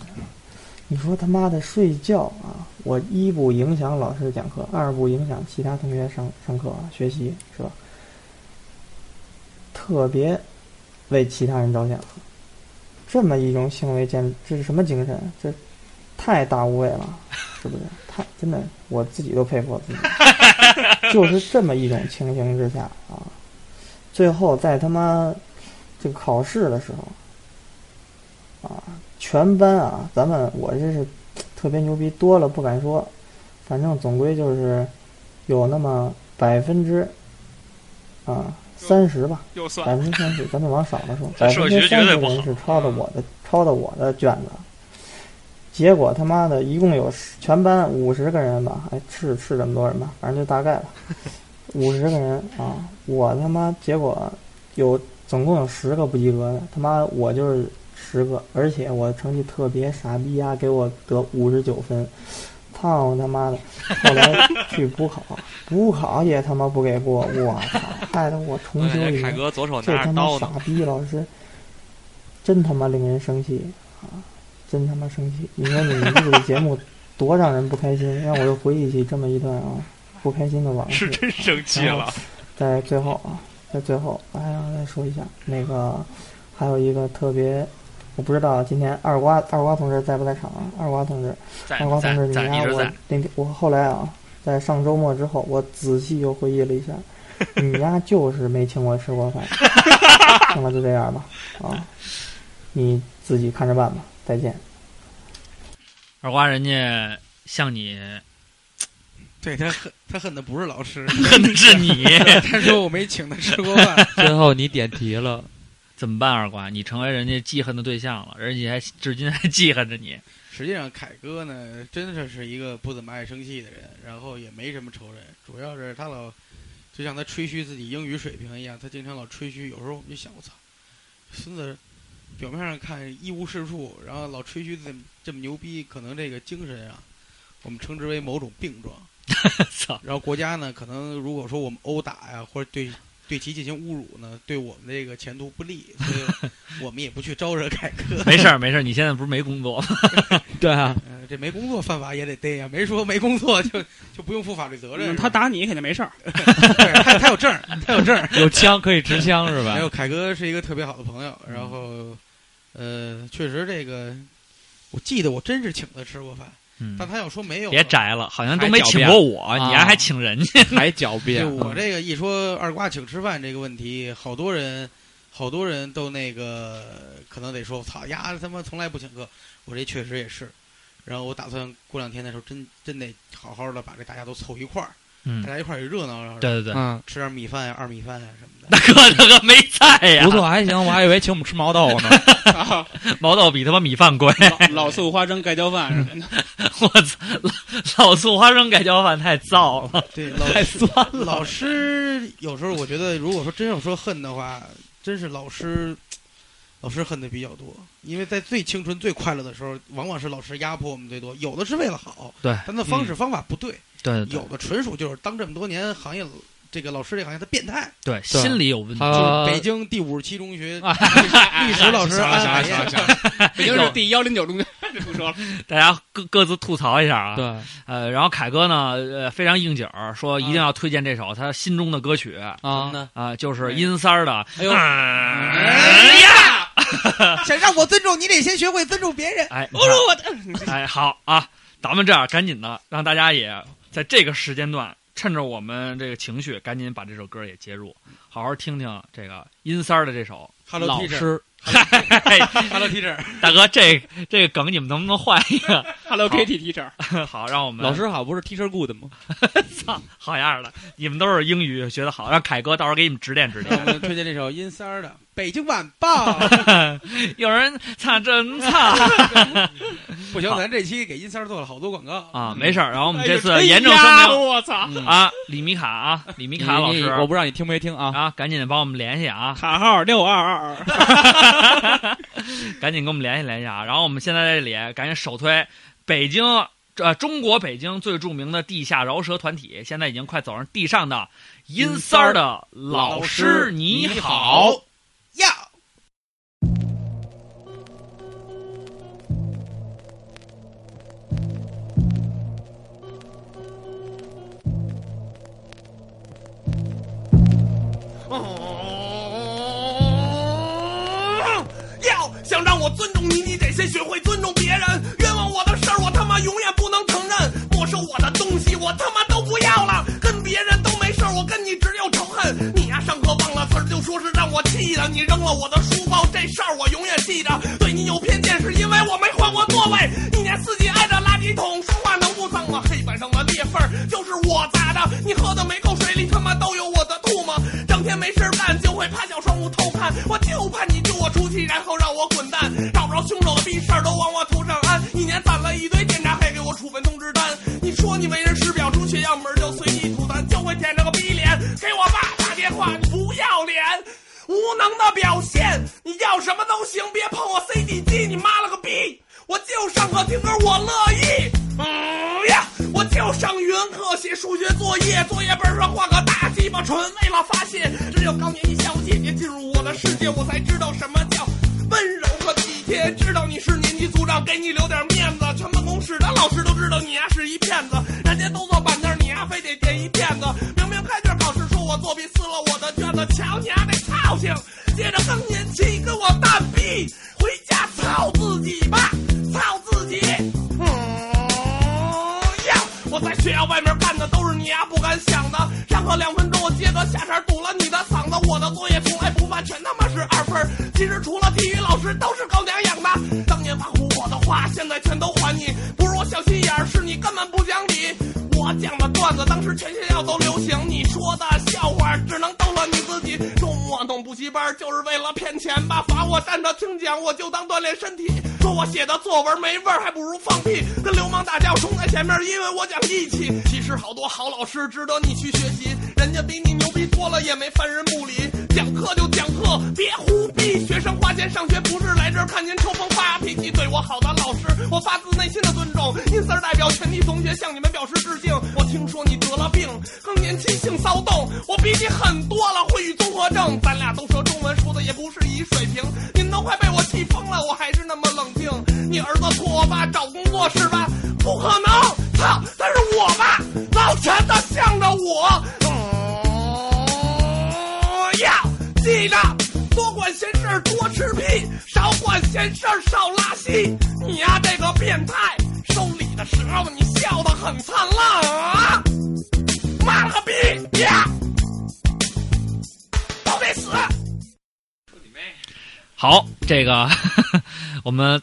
Speaker 11: 你说他妈的睡觉啊！我一不影响老师讲课，二不影响其他同学上上课啊学习，是吧？特别为其他人着想，这么一种行为，简这是什么精神？这太大无畏了，是不是？太真的，我自己都佩服我自己。 就是这么一种情形之下啊，最后在他妈这个考试的时候，啊，全班啊，咱们我这是特别牛逼，多了不敢说，反正总归就是有那么百分之啊三十吧，
Speaker 6: 又算
Speaker 11: 百分之三十，咱们往少了说，
Speaker 6: 这
Speaker 11: 百
Speaker 6: 数
Speaker 11: 分
Speaker 6: 学
Speaker 11: 之
Speaker 6: 绝
Speaker 11: 三
Speaker 6: 对
Speaker 11: 十
Speaker 6: 不好
Speaker 11: 人是抄的我的抄的我的卷子，结果他妈的一共有十全班五十个人吧，哎是是这么多人吧，反正就大 概吧，五十个人啊，我他妈结果有总共有十个不及格的，他妈我就是十个，而且我成绩特别傻逼呀、给我得五十九分，操他妈的！后来去补考，补考也他妈不给过，我操，害得我重修一
Speaker 5: 凯
Speaker 11: 年。
Speaker 5: 哥左手
Speaker 11: 这
Speaker 5: 拿
Speaker 11: 他
Speaker 5: 着
Speaker 11: 妈
Speaker 5: 刀
Speaker 11: 傻
Speaker 5: 呢，
Speaker 11: 逼老师，真他妈令人生气啊！真他妈生气！你说你们录的节目多让人不开心，让我又回忆起这么一段啊不开心的往
Speaker 8: 是
Speaker 11: 事。
Speaker 8: 真生气
Speaker 11: 然后
Speaker 8: 了。
Speaker 11: 在最后啊，在最后，哎呀，再说一下那个，还有一个特别，我不知道今天二瓜二瓜同志在不在场啊？二瓜同志，
Speaker 3: 在
Speaker 11: 二瓜同志，
Speaker 3: 在在
Speaker 11: 你
Speaker 3: 一
Speaker 11: 呀、
Speaker 3: 直
Speaker 11: 我
Speaker 3: 在
Speaker 11: 那天我后来啊，在上周末之后，我仔细又回忆了一 下，你丫、就是没请我吃过饭，行了，就这样吧，啊，你自己看着办吧，再见。
Speaker 3: 二瓜人家向你
Speaker 5: 对他恨他恨的不是老师，
Speaker 3: 恨的是你
Speaker 5: 他说我没请他吃过饭，
Speaker 4: 最后你点题了，
Speaker 3: 怎么办？二瓜，你成为人家记恨的对象了，人家还至今还记恨着你。
Speaker 5: 实际上，凯哥呢，真的是一个不怎么爱生气的人，然后也没什么仇人，主要是他老，就像他吹嘘自己英语水平一样，他经常老吹嘘。有时候我们就想，我操，孙子表面上看一无是处，然后老吹嘘这么这么牛逼，可能这个精神啊，我们称之为某种病状。
Speaker 3: 操！
Speaker 5: 然后国家呢，可能如果说我们殴打呀，或者对对其进行侮辱呢，对我们这个前途不利，所以我们也不去招惹凯哥。
Speaker 3: 没事儿，没事儿，你现在不是没工作 吗？
Speaker 4: 对啊，
Speaker 5: 呃，这没工作犯法也得逮呀、啊没说没工作就就不用负法律责任。
Speaker 6: 嗯
Speaker 5: 是吧
Speaker 6: 他打你肯定没事儿，
Speaker 5: 对他他有证儿，他有证儿。
Speaker 4: 有枪可以持枪是吧
Speaker 5: 还？有凯哥是一个特别好的朋友，然后呃，确实这个我记得我真是请他吃过饭，
Speaker 3: 嗯
Speaker 5: 但他要说没有，
Speaker 3: 别
Speaker 5: 摘。
Speaker 3: 宅了，好像都没请过我，
Speaker 4: 还狡
Speaker 6: 啊
Speaker 4: 辩
Speaker 3: 你还还请人家？
Speaker 4: 还狡辩
Speaker 5: 就，我
Speaker 3: 嗯
Speaker 5: 这个一说二瓜请吃饭这个问题，好多人好多人都那个可能得说，操丫他妈从来不请客，我这确实也是。然后我打算过两天的时候，真真得好好的把这大家都凑一块儿，
Speaker 3: 嗯
Speaker 5: 大，家一块儿也热闹热闹。
Speaker 3: 对对对，
Speaker 4: 嗯，
Speaker 5: 吃点米饭呀、二米饭呀、什么
Speaker 3: 大哥大哥没在哎呀，
Speaker 1: 不错，还行，我还以为请我们吃毛豆呢。
Speaker 3: 毛豆比他妈米饭贵。
Speaker 6: 老醋花生盖浇饭什么的，
Speaker 3: 我操，老老醋花生盖浇饭太燥了，
Speaker 5: 对，
Speaker 3: 太酸了。
Speaker 5: 老师有时候我觉得，如果说真要说恨的话，真是老师，老师恨的比较多，因为在最青春、最快乐的时候，往往是老师压迫我们最多。有的是为了好，
Speaker 3: 对
Speaker 5: 但他方式
Speaker 3: 嗯
Speaker 5: 方法不对，
Speaker 3: 对对对
Speaker 5: 有的纯属就是当这么多年行业。这个老师这个行业他变态，
Speaker 3: 对心理有问题
Speaker 5: 就是
Speaker 3: 呃
Speaker 5: 北京第五十七中学历史老师哎安
Speaker 6: 行了行了
Speaker 5: 海
Speaker 6: 行了
Speaker 5: 燕
Speaker 6: 行了，北京市第幺零九中学不 说了。
Speaker 3: 大家各各自吐槽一下啊。
Speaker 4: 对，
Speaker 3: 呃，然后凯哥呢，呃，非常应景儿，说一定要推荐这首他心中的歌曲啊
Speaker 4: 啊、
Speaker 3: 就是阴三儿的。哎
Speaker 5: 呦想让我尊重你，得先学会尊重别人。
Speaker 3: 哎，你
Speaker 5: 侮
Speaker 3: 看
Speaker 5: 辱我的，
Speaker 3: 哎，好啊，咱们这样赶紧的，让大家也在这个时间段，趁着我们这个情绪，赶紧把这首歌也接入，好好听听这个阴三儿的这首《
Speaker 5: Hello,
Speaker 3: 老
Speaker 5: teacher
Speaker 3: 师》。
Speaker 5: Hello, teacher
Speaker 3: 大哥，这这个梗你们能不能换一个
Speaker 6: Hello
Speaker 3: 好
Speaker 6: Kitty teacher
Speaker 3: 好，让我们
Speaker 4: 老师好，不是 teacher good 吗？
Speaker 3: 操，好样儿的，你们都是英语学得好，让凯哥到时候给你们指点
Speaker 5: 我
Speaker 3: 指点。
Speaker 5: 们推荐这首阴三儿的《北京晚报》。
Speaker 3: 有人操，真操！
Speaker 5: 不行，
Speaker 3: 好
Speaker 5: 咱这期给阴三儿做了好多广告
Speaker 3: 啊，没事儿。然后我们这次
Speaker 5: 哎呦
Speaker 3: 严正
Speaker 5: 真
Speaker 3: 声
Speaker 5: 丫
Speaker 3: 明，
Speaker 5: 头我操
Speaker 3: 啊，李米卡啊，李米卡老
Speaker 4: 你
Speaker 3: 师，
Speaker 4: 我不知道你听没听啊
Speaker 3: 啊，赶紧帮我们联系啊，
Speaker 6: 卡号六二二二，
Speaker 3: 赶紧跟我们联系联系啊。然后我们现在在这里赶紧首推北京。呃，中国北京最著名的地下饶舌团体，现在已经快走上地上的阴三儿的老师，你好。
Speaker 5: 呀！
Speaker 12: 要想让我尊重你，你得先学会尊重别人。冤枉我的事儿，我他妈永远不能承认。没收我的东西，我他妈都不要了。跟别人都没事儿，我跟你只有仇恨。你呀、上课忘了词儿，就说是让我气的。你扔了我的书包，这事儿我永远记着。对你有偏见，是因为我没换过座位。一年四季挨着垃圾桶，说话能不脏吗？黑板上的裂缝儿就是我砸的。你喝的每口水里他妈都有我的吐沫。整天没事儿干，就会趴小窗户偷看。我就怕你丢我出气，然后让我滚蛋。找着凶手的逼事儿都往我头上安。一年攒了一堆检查，还给我处分通知单。你说你为人师表，出学校门就随地吐痰，就会舔着个逼脸给我爸打电话，你不要脸。无能的表现，你要什么都行，别碰我 CD 机，你妈了个逼！我就上课听歌，我乐意。嗯呀，我就上语文课写数学作业，作业本上画个大鸡巴，纯为了发泄。只有高年级小姐姐进入我的世界，我才知道什么叫温柔和体贴。知道你是年级组长，给你留点面子。全办公室的老师都知道你呀、是一骗子，人家都坐板凳，你呀、啊非得垫一垫子。明明开卷考试说我作弊撕了我的卷子，瞧你丫、这操性！接着更年期跟我蛋逼，回家操自己吧，操自己。呀！我在学校外面干的都是你啊呀不敢想的。上课两分钟，我接着下茬堵了你的嗓子。我的作业从来不犯，全他妈是二分儿。其实除了体育老师都是狗娘养的。当年挖苦我的话，现在全都还你。不是我小心眼儿，是你根本不讲理。我讲的段子当时全学校都流行，你说的笑话只能逗乐你自己。周末弄补习班就是为了骗钱吧？罚我站着听讲，我就当锻炼身体。说我写的作文没味儿，还不如放屁。跟流氓打架我冲在前面，因为我讲义气。其实好多好老师值得你去学习，人家比你牛逼多了，也没犯人不理。讲课就讲课，别胡逼。学生花钱上学不是来这儿看您抽风发脾气。对我好的老师，我发自内心的尊重。因此代表全体同学向你们表示致敬。我听说你得了病，更年期性骚动，我比你狠多了，会语综合症。咱俩都说中文，说的也不是一水平。您都快被我气疯了，我还是那么冷静。你儿子托我爸找工作是吧？不可能，操，他是我爸，老陈他向着我。嗯呀，记着。多管闲事儿多吃屁，少管闲事儿少拉稀。你呀、这个变态，收礼的时候你笑得很灿烂啊！妈了个逼呀！都得死！
Speaker 3: 好，这个 我们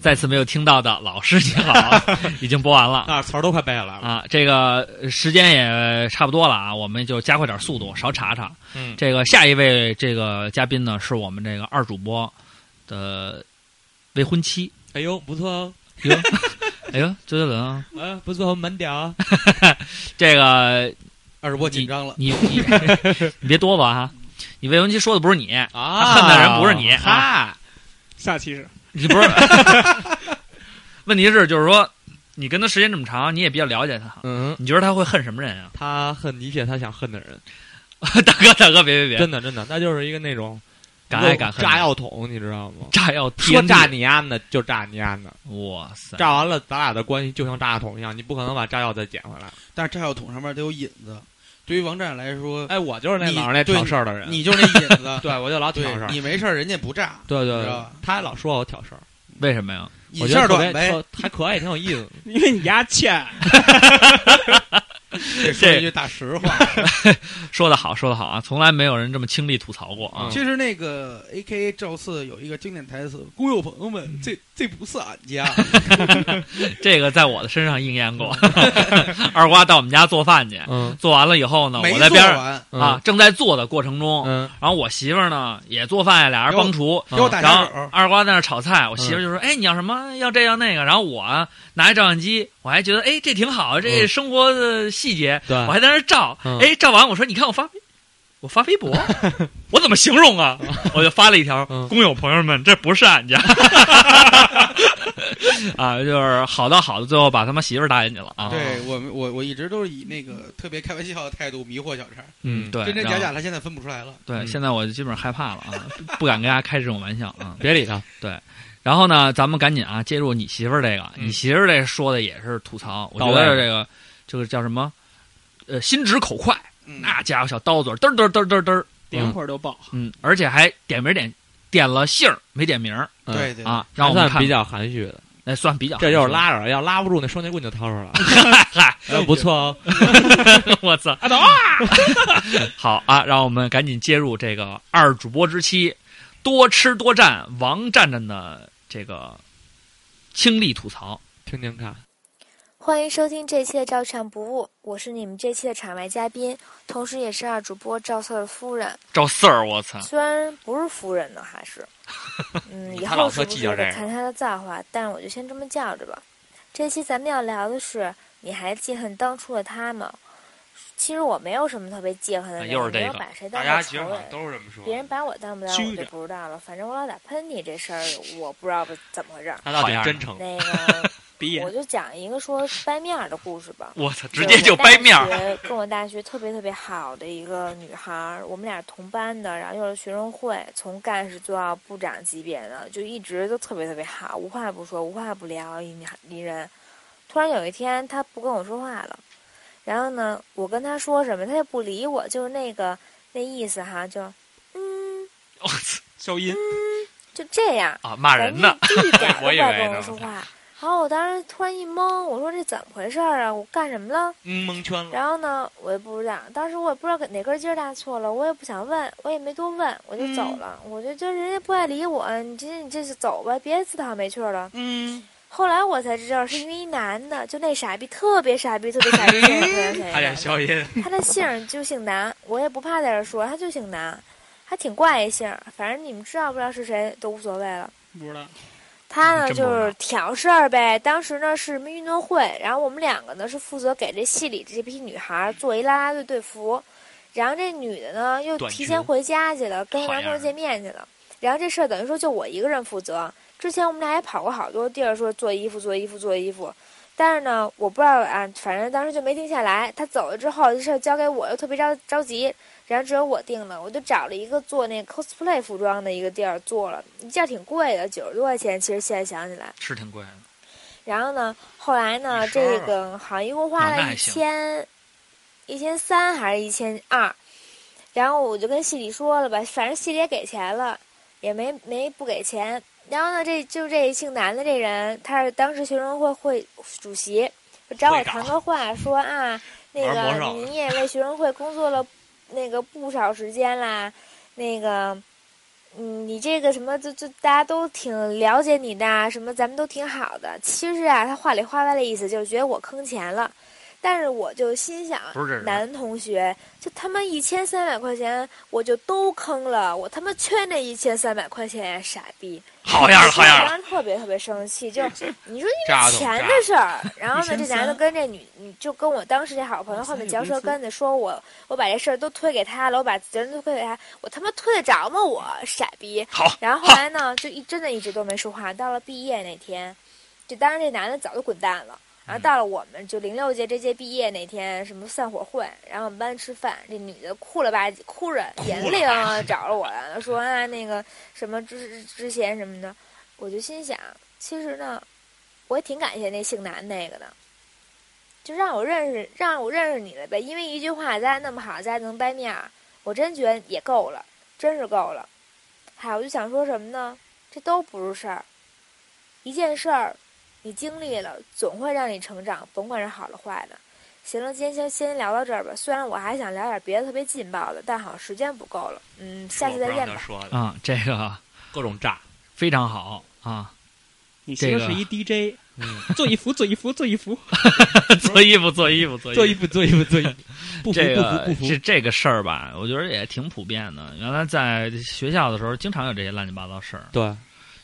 Speaker 3: 再次没有听到的老师你 好，已经播完了
Speaker 13: 啊，词儿都快背下来了
Speaker 3: 啊。这个呃时间也差不多了啊，我们就加快点速度，少查查。
Speaker 13: 嗯
Speaker 3: 这个下一位这个嘉宾呢，是我们这个二主播的未婚妻。
Speaker 13: 哎呦，不错哦，
Speaker 3: 哟，哎呦，周杰伦啊，
Speaker 13: 啊，不错，蛮屌啊。
Speaker 3: 这个
Speaker 13: 二主播紧张了，
Speaker 3: 你你你别哆嗦啊！你未婚妻说的不是你 啊，他恨的人不是你啊，
Speaker 6: 下期是
Speaker 3: 你不是？ 问题是就是说，你跟他时间这么长，你也比较了解他，
Speaker 13: 嗯，
Speaker 3: 你觉得他会恨什么人啊？
Speaker 13: 他恨一切他想恨的人。
Speaker 3: 大哥，大哥，别别别，
Speaker 13: 真的真的，那就是一个那种
Speaker 3: 敢爱敢恨
Speaker 13: 炸药桶，你知道吗？
Speaker 3: 炸药
Speaker 13: 说
Speaker 3: 天地
Speaker 13: 炸你丫的就炸你丫的，
Speaker 3: 哇塞！
Speaker 13: 炸完了，咱俩的关系就像炸药桶一样，你不可能把炸药再捡回来。
Speaker 5: 但是炸药桶上面得有引子。对于王战来说，
Speaker 13: 哎，我就是那
Speaker 5: 你
Speaker 13: 老是那
Speaker 5: 对
Speaker 13: 挑事儿的人。
Speaker 5: 你就是那引子
Speaker 13: 对我就老挑事儿
Speaker 5: 对你没事儿，人家不炸。
Speaker 13: 对对
Speaker 5: 你知
Speaker 13: 对
Speaker 5: 道吧，
Speaker 13: 他还老说我挑事儿，
Speaker 3: 为什么呀？
Speaker 5: 引
Speaker 13: 我觉得
Speaker 5: 线
Speaker 13: 特
Speaker 5: 短
Speaker 13: 别
Speaker 5: 呗
Speaker 13: 特还 可爱，挺有意思。
Speaker 6: 因为你牙欠。
Speaker 5: 这说一句大实话，
Speaker 3: 说的好，说的好啊！从来没有人这么倾力吐槽过啊！
Speaker 5: 其实那个 A K A 赵四有一个经典台词：“工友朋友们，这这不是俺 家。
Speaker 3: 这个在我的身上应验过。 二瓜到我们家做饭去，
Speaker 13: 嗯
Speaker 3: 做完了以后呢，
Speaker 5: 没
Speaker 3: 我在边上
Speaker 5: 做完
Speaker 3: 啊
Speaker 5: 嗯，
Speaker 3: 正在做的过程中，
Speaker 13: 嗯
Speaker 3: 然后我媳妇儿呢也做饭呀，俩人帮厨，
Speaker 5: 给我给我打
Speaker 3: 然
Speaker 5: 下
Speaker 3: 后
Speaker 5: 手
Speaker 3: 二瓜在那儿炒菜，我媳妇儿就
Speaker 13: 嗯
Speaker 3: 说：“哎，你要什么？要这要那个。”然后我啊拿一照相机，我还觉得哎这挺好，这
Speaker 13: 嗯
Speaker 3: 生活的细节，
Speaker 13: 对
Speaker 3: 我还在那儿照
Speaker 13: 嗯，
Speaker 3: 哎照完我说：“你看我发。”我发微 博，我怎么形容啊？ 我就发了一条：“
Speaker 14: 嗯
Speaker 3: 工友朋友们，这不是 俺家。”啊，就是好到好的，最后把他妈媳妇儿搭进去了啊！
Speaker 5: 对我们，我我一直都是以那个特别开玩笑的态度迷惑小陈。
Speaker 3: 嗯对
Speaker 5: 真真假
Speaker 3: 然
Speaker 5: 假，
Speaker 3: 后
Speaker 5: 他现在分不出来了。
Speaker 3: 对，
Speaker 5: 嗯
Speaker 3: 现在我就基本上害怕了啊， 不敢跟大家开这种玩笑啊，
Speaker 13: 别理他。
Speaker 3: 对，然后呢，咱们赶紧啊，接入你媳妇儿这个，你媳妇儿这说的也是吐槽，我
Speaker 13: 嗯到
Speaker 3: 觉
Speaker 13: 位
Speaker 3: 得
Speaker 13: 了
Speaker 3: 这个就是叫什么，呃，心直口快，
Speaker 6: 嗯
Speaker 3: 那家伙小刀嘴儿嘚儿嘚儿嘚儿嘚儿嘚儿，
Speaker 6: 顶会儿就爆。
Speaker 3: 嗯，而且还点名点点了姓儿，没点名儿，
Speaker 13: 嗯
Speaker 6: 对对
Speaker 3: 啊，让
Speaker 13: 还
Speaker 3: 我们
Speaker 13: 算
Speaker 3: 看
Speaker 13: 比较含蓄的。
Speaker 3: 那算比较含
Speaker 13: 这
Speaker 3: 蓄的，
Speaker 13: 就是拉着，要拉不住那双截棍就掏出来了。
Speaker 3: 嗨，
Speaker 13: 哎不错 哦
Speaker 3: 我操
Speaker 13: 啊等啊！
Speaker 3: 好啊，让我们赶紧接入这个二主播之妻，多吃多占王站站的这个倾力吐槽，
Speaker 13: 听听看。
Speaker 15: 欢迎收听这期的《照唱不误》，我是你们这期的场外嘉宾，同时也是二主播赵四儿的夫人。
Speaker 3: 赵四儿，我操！
Speaker 15: 虽然不是夫人呢，还 是，嗯，以
Speaker 3: 他老
Speaker 15: 后是
Speaker 3: 说
Speaker 15: 不
Speaker 3: 记
Speaker 15: 是
Speaker 3: 着这
Speaker 15: 得
Speaker 3: 个
Speaker 15: 看他的造化，但是我就先这么叫着吧。这期咱们要聊的是，你还记恨当初的他吗？其实我没有什么特别记恨的
Speaker 13: 哎
Speaker 15: 人，
Speaker 13: 又是
Speaker 15: 我没
Speaker 13: 这
Speaker 15: 有
Speaker 13: 个
Speaker 15: 把谁
Speaker 13: 大
Speaker 15: 当
Speaker 13: 家
Speaker 15: 过
Speaker 13: 其实
Speaker 15: 仇
Speaker 13: 好像
Speaker 15: 人，
Speaker 13: 都是这么说
Speaker 15: 哎别人把我当不当
Speaker 13: 虚
Speaker 15: 我就
Speaker 13: 着
Speaker 15: 不知道了，反正我老打喷嚏这事儿，我不知道怎么回事儿。
Speaker 13: 那倒挺真诚
Speaker 15: 那个
Speaker 13: 鼻炎
Speaker 15: 我就讲一个说掰面儿的故事吧。
Speaker 3: 我操
Speaker 15: 对
Speaker 3: 直接就掰面儿
Speaker 15: 我大学跟我大学特别特别好的一个女孩儿，我们俩是同班的，然后又是学生会，从干事做到部长级别的，就一直都特别特别好，无话不说，无话不聊，一女孩一人。突然有一天，她不跟我说话了，然后呢，我跟她说什么，她也不理我，就是那个那意思哈，就嗯，
Speaker 13: 消音
Speaker 15: 就这样
Speaker 3: 啊，骂人呢
Speaker 15: 反正一点儿
Speaker 3: 我
Speaker 15: 都
Speaker 3: 以
Speaker 15: 不
Speaker 3: 为
Speaker 15: 爱嗯跟我
Speaker 3: 呢
Speaker 15: 说话。然后我当时突然一懵，我说这怎么回事儿啊？我干什么了？
Speaker 13: 嗯，蒙圈了。
Speaker 15: 然后呢，我也不知道，当时我也不知道给哪根筋儿搭错了，我也不想问，我也没多问，我就走了。我就觉得人家不爱理我，你这你这是走吧，别自讨没趣儿了。
Speaker 5: 嗯。
Speaker 15: 后来我才知道是因为一男的，就那傻逼特别傻逼，特别傻逼，特别
Speaker 9: 哎
Speaker 15: 特别傻
Speaker 13: 他
Speaker 15: 逼
Speaker 13: 俩消音。
Speaker 15: 他的姓儿就姓南，我也不怕在这儿说，他就姓南，还挺怪一姓儿，反正你们知道不知道是谁都无所谓了。
Speaker 6: 不知道。
Speaker 14: 嗯
Speaker 15: 他呢
Speaker 6: 真
Speaker 15: 就
Speaker 6: 不知
Speaker 15: 是挑事儿呗。当时呢是什么运动会，然后我们两个呢是负责给这系里这批女孩儿做一啦啦队队服，然后这女的呢又
Speaker 14: 短
Speaker 15: 提
Speaker 14: 裙
Speaker 15: 前回家去了，跟
Speaker 14: 好
Speaker 15: 男朋友
Speaker 14: 样儿
Speaker 15: 见面去了。然后这事儿等于说就我一个人负责。之前我们俩也跑过好多地儿，说做衣服、做衣服、做衣服，但是呢，我不知道啊，反正当时就没定下来。他走了之后，这事儿交给我，又特别着着急，然后只有我定了，我就找了一个做那 cosplay 服装的一个地儿做了，一件儿挺贵的，九十多块钱。其实现在想起来，
Speaker 3: 是挺贵的。
Speaker 15: 然后呢，后来呢，
Speaker 3: 身儿
Speaker 15: 这
Speaker 3: 啊
Speaker 15: 个好像一共花
Speaker 3: 脑袋
Speaker 15: 了
Speaker 3: 还
Speaker 15: 一
Speaker 3: 行
Speaker 15: 千，一千三还是一千二，然后我就跟戏里说了吧，反正戏里也给钱了，也没没不给钱。然后呢，这就这姓南的这人，他是当时学生会会主席，就找我
Speaker 14: 会长
Speaker 15: 谈个话，说啊，那
Speaker 14: 玩魔
Speaker 15: 个
Speaker 14: 兽
Speaker 15: 你也为学生会工作了那个不少时间啦，那个嗯，你这个什么，就就大家都挺了解你的啊，什么咱们都挺好的。其实啊，他话里话外的意思就是觉得我坑钱了，但是我就心想
Speaker 14: 不是这，个
Speaker 15: 男同学就他妈一千三百块钱，我就都坑了，我他妈缺那一千三百块钱呀，傻逼！
Speaker 3: 好样儿
Speaker 15: 我
Speaker 3: 好样儿
Speaker 15: 当时特别特别生气，就你说因
Speaker 3: 炸
Speaker 15: 为
Speaker 3: 懂
Speaker 15: 钱
Speaker 3: 炸
Speaker 15: 的事儿，然后呢，
Speaker 3: 一
Speaker 15: 这
Speaker 3: 千
Speaker 15: 男的
Speaker 3: 三
Speaker 15: 跟这女，你就跟我当时那好朋友后面嚼舌根子，说我我把这事儿都推给他了，我把责任都推给他，我他妈推得着吗？我傻逼。
Speaker 9: 好
Speaker 15: 然后后来呢，就一真的一直都没说话。到了毕业那天，就当然这男的早就滚蛋了。然后到了我们就零六届这届毕业那天，什么散伙会，然后我们班吃饭，这女的哭了吧唧，哭着眼泪啊找着我了，说啊那个什么之之前什么的，我就心想，其实呢，我也挺感谢那姓南那个的，就让我认识让我认识你了呗，因为一句话，咱俩那么好，咱俩能掰面儿，我真觉得也够了，真是够了。嗨，我就想说什么呢？这都不是事儿，一件事儿，你经历了，总会让你成长，甭管是好的坏的。行了，今天先先聊到这儿吧。虽然我还想聊点别的特别劲爆的，但好像时间不够了。嗯，下次再见吧。
Speaker 8: 说的
Speaker 3: 啊，这个各种炸，非常好啊。
Speaker 6: 你媳
Speaker 3: 这
Speaker 6: 妇
Speaker 3: 个嗯
Speaker 6: 是一 DJ，做 一幅，做一幅，做一幅，
Speaker 3: 做衣服，做衣服，做
Speaker 6: 做衣服，做衣服，做衣 服，不服，
Speaker 3: 这个
Speaker 6: 不服，不服
Speaker 3: 这。这个事儿吧，我觉得也挺普遍的。原来在学校的时候，经常有这些乱七八糟事儿。
Speaker 13: 对，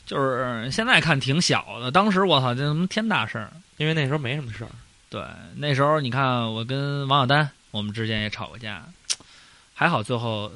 Speaker 3: 就是现在看挺小的，当时我操，这什么天大事儿。
Speaker 13: 因为那时候没什么事儿。
Speaker 3: 对，那时候你看，我跟王小丹，我们之间也吵过架，还好最后，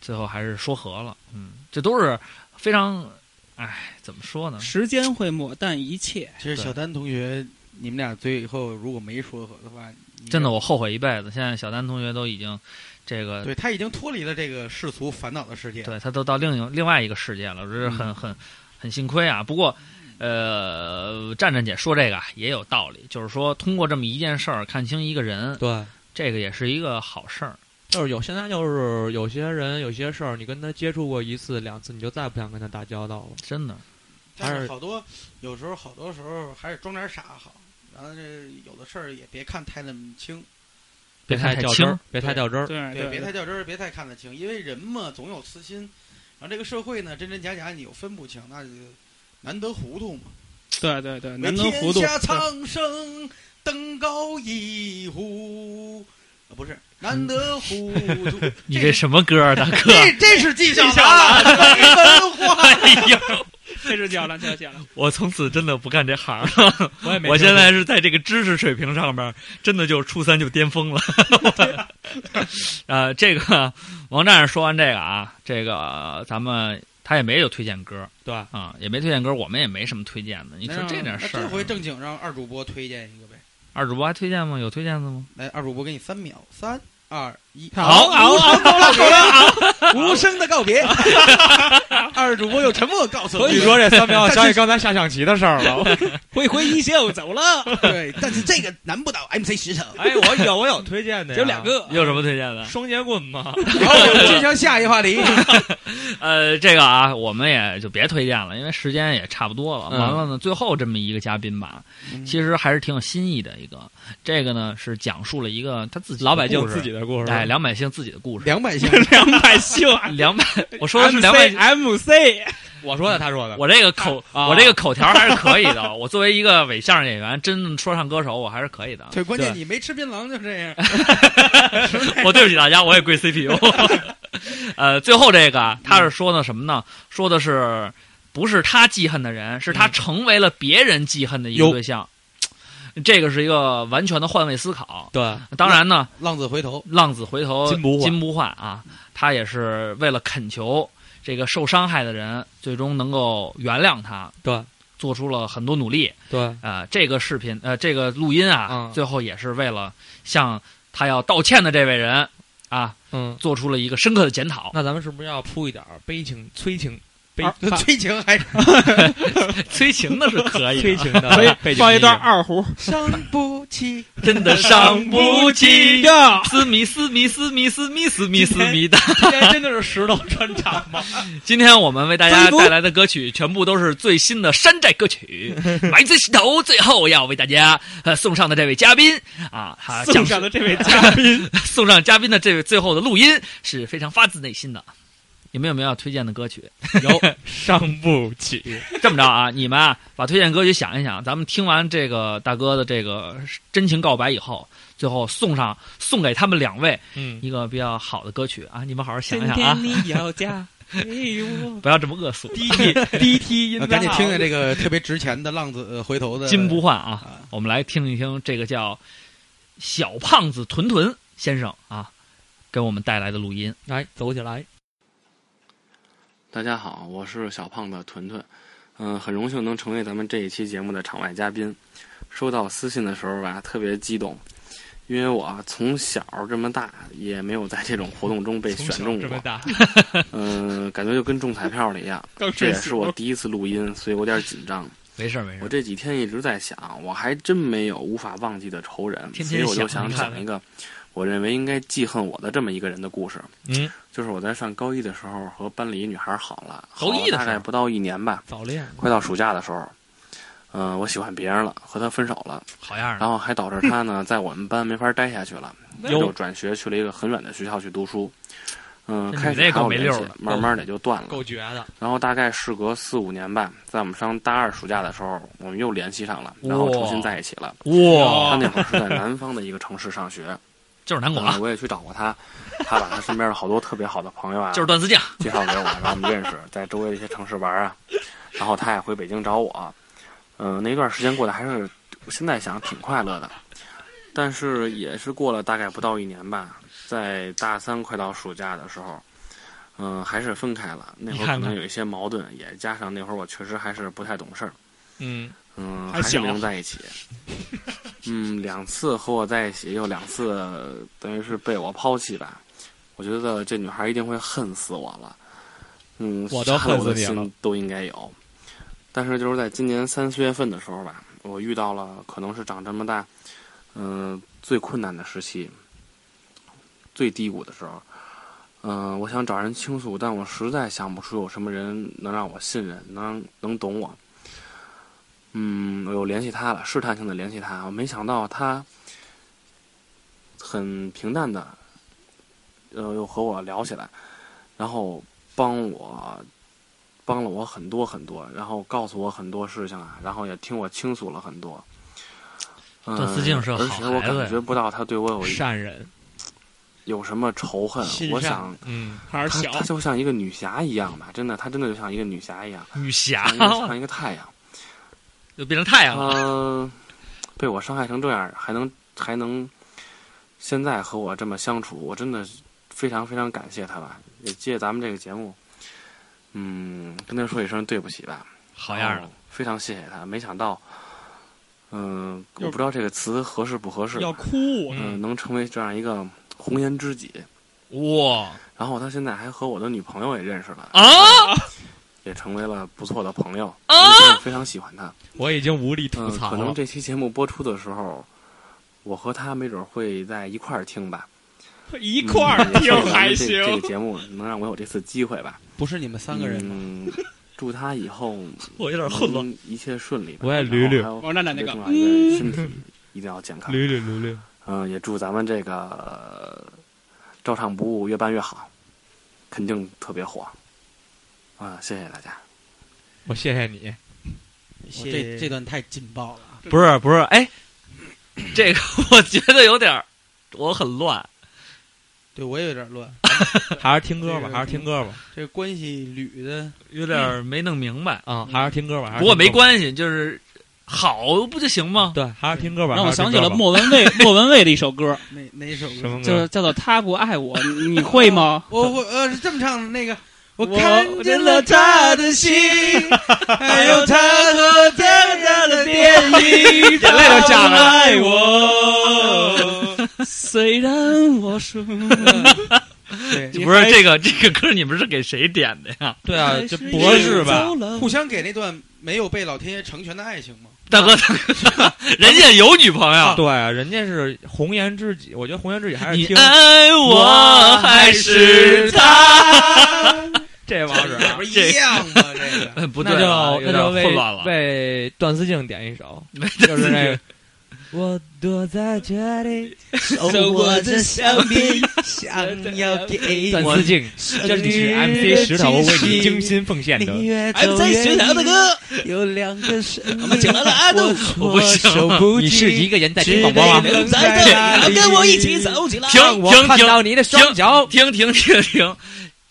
Speaker 3: 最后还是说和了。嗯，这都是非常，哎，怎么说呢？
Speaker 6: 时间会抹淡一切。
Speaker 5: 其实小丹同学，呃你们俩最后如果没说和的话，你
Speaker 3: 真的，我后悔一辈子。现在小丹同学都已经这个，
Speaker 5: 对他已经脱离了这个世俗烦恼的世界。
Speaker 3: 对他都到另一另外一个世界了，这是
Speaker 6: 嗯
Speaker 3: 很很很幸亏啊。不过，呃，战战姐说这个啊也有道理，就是说通过这么一件事儿看清一个人，
Speaker 13: 对，
Speaker 3: 这个也是一个好事儿。
Speaker 13: 就是有现在就是有些人有些事儿，你跟他接触过一次两次，你就再也不想跟他打交道了。
Speaker 3: 真的，
Speaker 13: 还
Speaker 5: 但是
Speaker 13: 是
Speaker 5: 好多有时候，好多时候还是装点傻好。然后这有的事儿也别看太那么清，
Speaker 13: 别太较真儿，别
Speaker 5: 对
Speaker 13: 太较真儿，
Speaker 5: 对，别太较真儿，别太看得清，因为人嘛总有私心。然后这个社会呢，真真假假你又分不清，那就难得糊涂嘛。
Speaker 6: 对对对，
Speaker 5: 为
Speaker 6: 难得糊涂
Speaker 5: 天。下苍生登高一呼，啊，不是难得糊涂。
Speaker 3: 嗯你这什么歌啊，大哥？
Speaker 5: 这这是纪晓
Speaker 6: 纪晓岚
Speaker 5: 没文化。
Speaker 3: 哎呦，
Speaker 6: 这是叫了，叫 讲了。
Speaker 8: 我从此真的不干这行了。
Speaker 6: 我也没
Speaker 8: 现在是在这个知识水平上面，真的就初三就巅峰了。
Speaker 3: 呃，这个王站长说完这个啊，这个、呃咱们他也没有推荐歌，
Speaker 13: 对
Speaker 3: 啊、也没推荐歌，我们也没什么推荐的。你说
Speaker 5: 那让
Speaker 3: 这
Speaker 6: 啊
Speaker 3: 点事
Speaker 5: 那
Speaker 3: 儿啊
Speaker 5: 这，回正经让二主播推荐一个呗。
Speaker 3: 二主播还推荐吗？有推荐的吗？
Speaker 5: 来，二主播给你三秒，三二一，
Speaker 3: 好好好
Speaker 5: 告别
Speaker 3: 好，
Speaker 5: 无声的告别。 二主播用沉默告诉我们
Speaker 13: 啊你说这三秒，想
Speaker 5: 但
Speaker 13: 起
Speaker 5: 是
Speaker 13: 刚才下象棋的事儿了。
Speaker 6: 挥挥衣袖 走了。
Speaker 5: 对，但是这个难不倒 MC 石头。
Speaker 13: 哎，我有我有推荐的，哦
Speaker 5: 只有两个
Speaker 3: 有什么推荐的？
Speaker 13: 双截棍嘛。
Speaker 5: 好，我们进行下一话题。
Speaker 3: 呃，这个啊，我们也就别推荐了，因为时间也差不多了。
Speaker 13: 嗯
Speaker 3: 完了呢，最后这么一个嘉宾吧，
Speaker 5: 嗯
Speaker 3: 其实还是挺有新意的一个。这个呢是讲述了一个他自己的
Speaker 13: 老百姓
Speaker 3: 故事
Speaker 13: 自己的故事
Speaker 3: 哎，两百姓自己的故事，
Speaker 5: 两百姓，
Speaker 6: 两百姓，
Speaker 13: 啊
Speaker 3: 两 百，我说的是两百
Speaker 6: MC，
Speaker 13: 我说的，他说的，
Speaker 3: 我这个口，
Speaker 13: 啊
Speaker 3: 我这个口条还是可以的。我作为一个伪相声演员，真说唱歌手，我还是可以的。
Speaker 5: 对，关键你没吃槟榔就 这样。
Speaker 3: 我对不起大家，我 也跪 CPU。呃，最后这个他是说的什么呢？说的是不是他记恨的人，是他成为了别人记恨的一个对象。这个是一个完全的换位思考。
Speaker 13: 对，
Speaker 3: 当然呢，
Speaker 5: 浪子回头，
Speaker 3: 浪子回头，
Speaker 13: 金不换
Speaker 3: 金不换啊！他也是为了恳求这个受伤害的人最终能够原谅他，
Speaker 13: 对，
Speaker 3: 做出了很多努力。
Speaker 13: 对，嗯
Speaker 3: 呃，这个视频，呃，这个录音啊，最后也是为了向他要道歉的这位人啊，
Speaker 13: 嗯，
Speaker 3: 做出了一个深刻的检讨。
Speaker 13: 那咱们是不是要铺一点儿悲情、催情、悲
Speaker 3: 啊
Speaker 5: 催情还是
Speaker 3: 催情的是可以的
Speaker 13: 催情 的
Speaker 3: 可以
Speaker 13: 背景
Speaker 3: 放一段
Speaker 13: 音乐
Speaker 6: 二胡，
Speaker 5: 伤不起，
Speaker 3: 真的伤 不起呀！ 思密思密思密思密思密思密达，
Speaker 13: 今天真的是石头穿场吗？
Speaker 3: 今天我们为大家带来的歌曲全部都是最新的山寨歌曲，来自石头。最后要为大家呃送上的这位嘉宾 啊，他
Speaker 6: 送 上的这位嘉宾，
Speaker 3: 送上嘉宾的这位最后的录音是非常发自内心的。你们有没有要推荐的歌曲？
Speaker 4: 有
Speaker 3: 上不起。 这么着啊，你们啊，把推荐歌曲想一想，咱们听完这个大哥的这个真情告白以后，最后送上送给他们两位
Speaker 13: 嗯
Speaker 3: 一个比较好的歌曲啊，你们好好想
Speaker 6: 今
Speaker 3: 一想啊
Speaker 6: 天。你要嫁
Speaker 5: 哎
Speaker 6: 给我，
Speaker 3: 不要这么恶 俗。
Speaker 6: 滴 滴滴滴
Speaker 5: 呃赶紧听听这个特别值钱的浪子呃回头的
Speaker 3: 金不换啊！我们来听一听这个叫小胖子屯屯先生啊，给我们带来的录音。来，走起来。
Speaker 14: 大家好，我是小胖子屯屯，嗯、很荣幸能成为咱们这一期节目的场外嘉宾。收到私信的时候吧，特别激动，因为我从小这么大也没有在这种活动中被选中过。
Speaker 13: 大，
Speaker 14: 嗯、感觉就跟中彩票了一 样
Speaker 13: 刚。
Speaker 14: 这
Speaker 13: 睡
Speaker 14: 也
Speaker 13: 醒
Speaker 14: 是我第一次录音，所以有点紧张。
Speaker 3: 没事儿没事儿
Speaker 14: 我这几天一直在想，我还真没有无法忘记的仇人，
Speaker 3: 天
Speaker 14: 所
Speaker 3: 天
Speaker 14: 以我就
Speaker 3: 想
Speaker 14: 想
Speaker 3: 你看
Speaker 14: 讲一个我认为应该记恨我的这么一个人的故事。
Speaker 13: 嗯，
Speaker 14: 就是我在上高一的时候和班里一女孩好了，
Speaker 13: 高一的时候
Speaker 14: 好了大概不到一年吧，
Speaker 13: 早恋
Speaker 14: 快到暑假的时候，嗯、我喜欢别人了，和她分手了，
Speaker 3: 好样
Speaker 14: 然后还导致她呢在我们班没法待下去了，
Speaker 13: 哟
Speaker 14: 就转学去了一个很远的学校去读书。嗯，
Speaker 13: 这
Speaker 14: 开
Speaker 13: 你
Speaker 14: 始
Speaker 13: 这
Speaker 14: 还
Speaker 13: 够
Speaker 14: 有
Speaker 13: 没
Speaker 14: 联
Speaker 13: 溜
Speaker 14: 系
Speaker 13: 儿的，
Speaker 14: 慢慢的就断了。
Speaker 13: 够绝的。
Speaker 14: 然后大概事隔四五年吧，在我们上大二暑假的时候，我们又联系上了，然后重新在一起了。
Speaker 3: 哇
Speaker 14: 他那会儿是在南方的一个城市上学，
Speaker 3: 就是南广啊
Speaker 14: 嗯我也去找过他，他把他身边的好多特别好的朋友啊，
Speaker 3: 就是段思静
Speaker 14: 介绍给我，然后我们认识，在周围的一些城市玩啊。然后他也回北京找我，嗯、那段时间过得还是现在想挺快乐的，但是也是过了大概不到一年吧，在大三快到暑假的时候，嗯、还是分开了。那
Speaker 13: 你
Speaker 14: 会儿可
Speaker 13: 看看
Speaker 14: 能有一些矛盾，也加上那会儿我确实还是不太懂事儿，
Speaker 13: 嗯
Speaker 14: 嗯，
Speaker 13: 还
Speaker 14: 还是
Speaker 13: 小
Speaker 14: 没能在 一起。嗯，两次和我在一起，又两次呃等于是被我抛弃吧。我觉得这女孩一定会恨死我了。嗯，
Speaker 13: 我都
Speaker 14: 杀了
Speaker 13: 恨死
Speaker 14: 我的
Speaker 13: 你了
Speaker 14: 心都应该有。但是就是在今年三四月份的时候吧，我遇到了可能是长这么大，嗯、最困难的时期，最低谷的时候。嗯、我想找人倾诉，但我实在想不出有什么人能让我信任，能能懂我。嗯，我又联系他了，试探性的联系他，我没想到他很平淡的，呃，又和我聊起来，然后帮我帮了我很多很多，然后告诉我很多事情啊，然后也听我倾诉了很多。嗯、
Speaker 3: 段思静是个
Speaker 14: 而
Speaker 3: 好
Speaker 14: 且我
Speaker 3: 孩子呀
Speaker 14: 感觉不到他对我有
Speaker 13: 善人，
Speaker 14: 有什么仇恨
Speaker 13: 心。
Speaker 14: 我
Speaker 13: 善
Speaker 14: 想，
Speaker 13: 嗯
Speaker 14: 他，
Speaker 13: 还是小
Speaker 14: 他就像一个女侠一样吧，真的，他真的就像一个女 侠一样，
Speaker 3: 女侠
Speaker 14: 像一个像一个太阳。
Speaker 3: 又变成太阳了。
Speaker 14: 他嗯被我伤害成这样，还能还能现在和我这么相处，我真的是非常非常感谢他吧。也借咱们这个节目，嗯，跟他说一声对不起吧。嗯
Speaker 3: 好样儿的，
Speaker 14: 非常谢谢他。没想到，嗯、我不知道这个词合适不合适，
Speaker 6: 要哭我
Speaker 14: 嗯、能成为这样一个红颜知己。
Speaker 3: 哇！
Speaker 14: 然后他现在还和我的女朋友也认识了，
Speaker 3: 啊！
Speaker 14: 也成为了不错的朋友。
Speaker 3: 啊
Speaker 14: 我也非常喜欢他。
Speaker 13: 我已经无力吐
Speaker 14: 嗯，
Speaker 5: 啊
Speaker 13: 槽
Speaker 14: 可
Speaker 13: 了
Speaker 14: 能。这期节目播出的时候，我和他没准会在一块儿听吧。
Speaker 6: 一块儿
Speaker 14: 嗯也
Speaker 6: 听
Speaker 14: 希望咱
Speaker 6: 还
Speaker 14: 们
Speaker 6: 行
Speaker 14: 这。这个节目能让我有这次机会吧。
Speaker 5: 不是你们三个人吗
Speaker 14: 嗯，祝他以 后
Speaker 5: 我有点混乱，
Speaker 14: 一切顺利吧。
Speaker 13: 我也捋捋
Speaker 14: 然后还有
Speaker 6: 王站长那个
Speaker 14: 最重要一个身体
Speaker 13: 嗯
Speaker 14: 一定要健康。
Speaker 13: 捋捋捋捋，
Speaker 14: 嗯，也祝咱们这个照常不误，越办越好，肯定特别火。啊，谢谢大家。
Speaker 13: 我谢谢你。
Speaker 5: 我这这段太劲爆了啊，
Speaker 3: 不是不是，哎，这个我觉得有点儿，我很乱。
Speaker 5: 对我也有点乱，
Speaker 13: 还是听歌
Speaker 5: 这
Speaker 13: 吧，
Speaker 5: 个
Speaker 13: 还是听歌吧。
Speaker 5: 这关系捋的
Speaker 3: 有点儿没弄明白
Speaker 13: 啊，还是听歌吧。还是
Speaker 3: 不过
Speaker 13: 听
Speaker 3: 没
Speaker 13: 歌吧
Speaker 3: 关系，就是好不就行吗？
Speaker 13: 对，还是听歌吧。
Speaker 6: 让
Speaker 13: 还
Speaker 6: 我
Speaker 13: 是
Speaker 6: 想
Speaker 13: 听
Speaker 6: 起
Speaker 13: 歌
Speaker 6: 了
Speaker 13: 吧
Speaker 6: 莫文 蔚，莫文蔚的一首歌，
Speaker 5: 哪哪首歌？
Speaker 13: 什么歌
Speaker 6: 就是叫做《他不爱我》，你你 会吗？
Speaker 5: 我我呃是这么唱的，那个我
Speaker 6: 我
Speaker 5: 看见了他的心，还有他和他他的电影，
Speaker 6: 眼泪都下来了
Speaker 5: 爱我。
Speaker 6: 虽然我输，
Speaker 5: 对
Speaker 3: 不是这个这个歌，你们是给谁点的呀？
Speaker 13: 对啊这博士吧
Speaker 5: 互相给那段没有被老天爷成全的爱情吗？
Speaker 3: 大哥，大哥， 人家有女朋友。
Speaker 13: 对，啊人家是红颜知己。我觉得红颜知己还是
Speaker 3: 你
Speaker 13: 听
Speaker 3: 爱我还是他。
Speaker 13: 这王是啊
Speaker 3: 这不是一样吗这个 不对
Speaker 13: 那
Speaker 3: 了
Speaker 13: 就那
Speaker 3: 有点
Speaker 13: 就为
Speaker 3: 混乱了
Speaker 13: 为段思静点一首，就是那个
Speaker 16: 我躲在这里，
Speaker 2: 手
Speaker 16: 手
Speaker 2: 握
Speaker 16: 握
Speaker 2: 着
Speaker 16: 着
Speaker 2: 香
Speaker 16: 香
Speaker 2: 槟
Speaker 16: 槟，想要给
Speaker 2: 段
Speaker 16: 我
Speaker 2: 思静，
Speaker 16: 生
Speaker 2: 这是
Speaker 16: 日
Speaker 2: 指 MC 石头为你
Speaker 16: 惊喜
Speaker 2: 精心奉献的。
Speaker 16: 你越走
Speaker 2: MC
Speaker 16: 越
Speaker 2: 石头的歌
Speaker 16: 远有两个声音，
Speaker 2: 们讲完了啊
Speaker 16: 我
Speaker 2: 我不
Speaker 16: 措
Speaker 2: 行
Speaker 16: 手不及。
Speaker 2: 你是一个人在听广播吗
Speaker 16: 只得等在那里
Speaker 2: 跟我一起走起来
Speaker 3: 停
Speaker 2: 让我
Speaker 3: 停
Speaker 2: 看
Speaker 3: 停，
Speaker 2: 到你的双
Speaker 3: 脚，停停停停，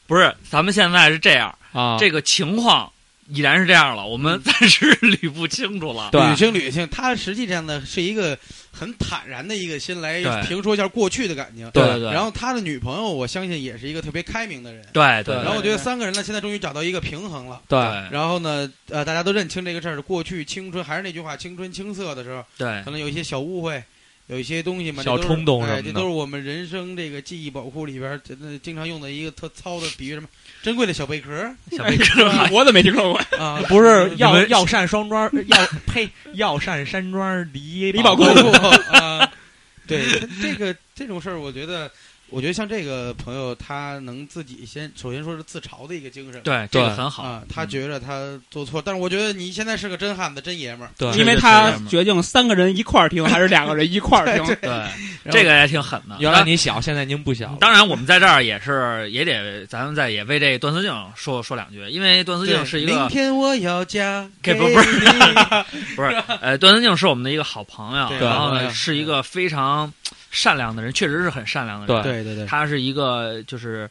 Speaker 3: 不是，咱们现在是这样
Speaker 4: 啊
Speaker 3: 这个情况已然是这样了，我们暂时 捋不清楚了。
Speaker 5: 捋清捋清，他实际上呢是一个很坦然的一个心来
Speaker 3: 对
Speaker 5: 评说一下过去的感情。
Speaker 3: 对对对
Speaker 5: 然后他的女朋友，我相信也是一个特别开明的人。
Speaker 3: 对对对
Speaker 5: 然后我觉得三个人呢，现在终于找到一个平衡了。
Speaker 4: 对
Speaker 5: 然后呢，呃，大家都认清这个事儿，过去青春还是那句话，青春青涩的时候，
Speaker 3: 对
Speaker 5: 可能有一些小误会。有一些东西嘛，
Speaker 13: 小
Speaker 5: 这都是
Speaker 13: 冲动什
Speaker 5: 哎，
Speaker 13: 么
Speaker 5: 这
Speaker 13: 的
Speaker 5: 都是我们人生这个记忆宝库里边儿真的经常用的一个特糙的比喻，什么珍贵的小贝壳儿，
Speaker 3: 小贝壳 儿
Speaker 4: 我怎么没听说过
Speaker 5: 啊？
Speaker 13: 不是
Speaker 5: 你
Speaker 13: 药
Speaker 5: 们
Speaker 13: 药膳双庄，药呸，药膳山庄离
Speaker 5: 李
Speaker 13: 宝
Speaker 5: 库
Speaker 13: 库
Speaker 5: 啊， 对，这个这种事儿，我觉得，我觉得像这个朋友，他能自己先，首先说是自嘲的一个精神，
Speaker 3: 对这个很好
Speaker 5: 啊。他觉得他做错，但是我觉得你现在是个真汉子，真爷们儿，
Speaker 6: 因为他决定三个人一块儿听，还是两个人一块儿听？
Speaker 3: 对，这个也挺狠的。
Speaker 13: 原来你小，现在您不小了。
Speaker 3: 当然，我们在这儿也是也得，咱们再也为这段思静说说两句，因为段思
Speaker 5: 对
Speaker 3: 静是一个
Speaker 5: 明天我要嫁
Speaker 3: 给
Speaker 5: 给
Speaker 3: 不不是
Speaker 5: 你
Speaker 3: 不是，呃，段思静是我们的一个好朋友，
Speaker 5: 对
Speaker 3: 然后
Speaker 5: 好朋友
Speaker 3: 呢是一个非常善良的人，确实是很善良的人。
Speaker 5: 对对对对
Speaker 3: 他是一个就是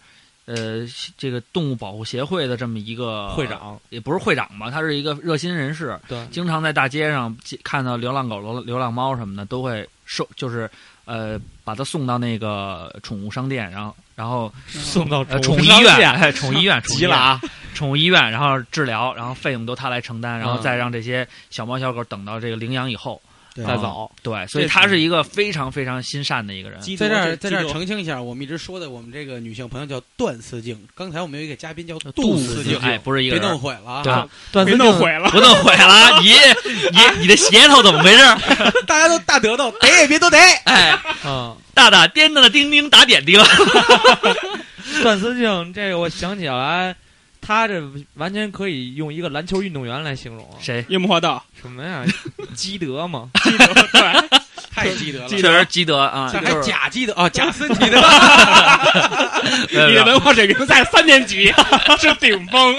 Speaker 3: 呃这个动物保护协会的这么一个
Speaker 13: 会长，
Speaker 3: 也不是会长吧，他是一个热心人士，
Speaker 13: 对
Speaker 3: 经常在大街上看到流浪狗、流流浪猫什么的，都会收，就是呃把它送到那个宠物商店，然后然后
Speaker 13: 送到
Speaker 3: 呃
Speaker 13: 宠
Speaker 3: 宠
Speaker 13: 物
Speaker 3: 物
Speaker 13: 商
Speaker 3: 医
Speaker 13: 店
Speaker 3: 院，哎宠物医院，宠 物医
Speaker 13: 急了啊
Speaker 3: 院！ 宠物医院，然后治疗，然后费用都他来承担，然后
Speaker 13: 嗯
Speaker 3: 再让这些小猫小狗等到这个领养以后
Speaker 5: 对
Speaker 3: 然后
Speaker 5: 再走
Speaker 3: 对，所以
Speaker 5: 这
Speaker 3: 他
Speaker 5: 是
Speaker 3: 是一个非常非常心善的一个人。
Speaker 5: 在这儿，在这儿澄清一下，我们一直说的我们这个女性朋友叫段思静，刚才我们有一个嘉宾叫
Speaker 3: 杜
Speaker 5: 思
Speaker 3: 静，哎，不是一个
Speaker 5: 别
Speaker 3: 人
Speaker 5: 弄毁了啊！
Speaker 3: 对啊，
Speaker 5: 段思静
Speaker 3: 不弄毁 了，你你你的鞋头怎么回事？
Speaker 5: 大家都大得到，逮也别都逮。
Speaker 3: 哎，
Speaker 13: 嗯，
Speaker 3: 大大颠的叮叮打点滴了。
Speaker 13: 段思静，这个我想起来，他这完全可以用一个篮球运动员来形容。啊
Speaker 3: 谁？
Speaker 6: 樱木花道？
Speaker 13: 什么 呀？基德嘛，
Speaker 5: 太基德了，
Speaker 3: 确实基德啊，
Speaker 5: 这
Speaker 3: 就
Speaker 5: 还
Speaker 3: 是
Speaker 5: 假基德
Speaker 6: 哦
Speaker 5: 啊，假森基德。
Speaker 3: 没有没有
Speaker 6: 你的文化水平在三年级 啊是顶峰。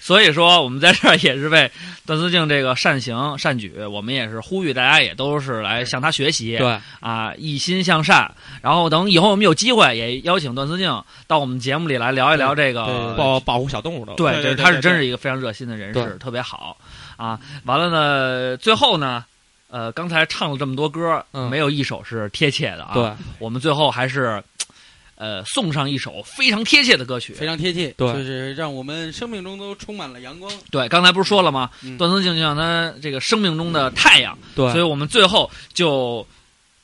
Speaker 3: 所以说，我们在这儿也是为段思静这个善行善举，我们也是呼吁大家也都是来向他学习，
Speaker 13: 对
Speaker 3: 啊，一心向善。然后等以后我们有机会，也邀请段思静到我们节目里来聊一聊这个
Speaker 13: 保保护小动物的。
Speaker 3: 对对，他是真是一个非常热心的人士，
Speaker 13: 对
Speaker 3: 特别好啊。完了呢，最后呢，呃，刚才唱了这么多歌，没有一首是贴切的啊。
Speaker 13: 嗯对，
Speaker 3: 我们最后还是呃送上一首非常贴切的歌曲，
Speaker 5: 非常贴切，
Speaker 3: 对
Speaker 5: 就是让我们生命中都充满了阳光。
Speaker 3: 对，刚才不是说了吗？
Speaker 5: 嗯
Speaker 3: 段思静就像他这个生命中的太阳，
Speaker 13: 嗯
Speaker 5: 对
Speaker 3: 所以我们最后就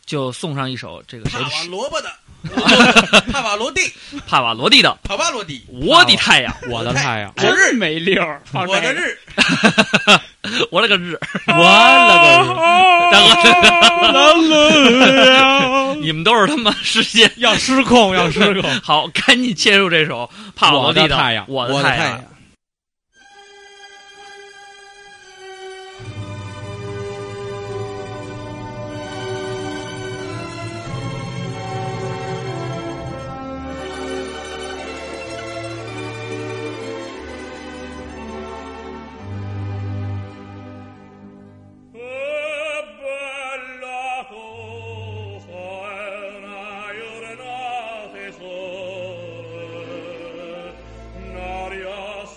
Speaker 3: 就送上一首这个谁
Speaker 5: 帕
Speaker 3: 的
Speaker 5: 瓦罗 伯的，帕瓦罗蒂，
Speaker 3: 帕瓦罗蒂的
Speaker 5: 帕瓦罗蒂，
Speaker 3: 我的太阳，
Speaker 13: 我的太阳
Speaker 5: 我的日
Speaker 6: 没溜儿，
Speaker 5: 我的日，
Speaker 3: 我了个日，我
Speaker 13: 了个日，
Speaker 3: 大 哥，你们都是他妈世界
Speaker 13: 要失控，要失控。
Speaker 3: 好，赶紧切入这首帕瓦罗蒂
Speaker 13: 我的太阳
Speaker 3: 我
Speaker 13: 我的
Speaker 3: 太
Speaker 13: 太
Speaker 3: 阳
Speaker 13: 阳》。
Speaker 17: Narias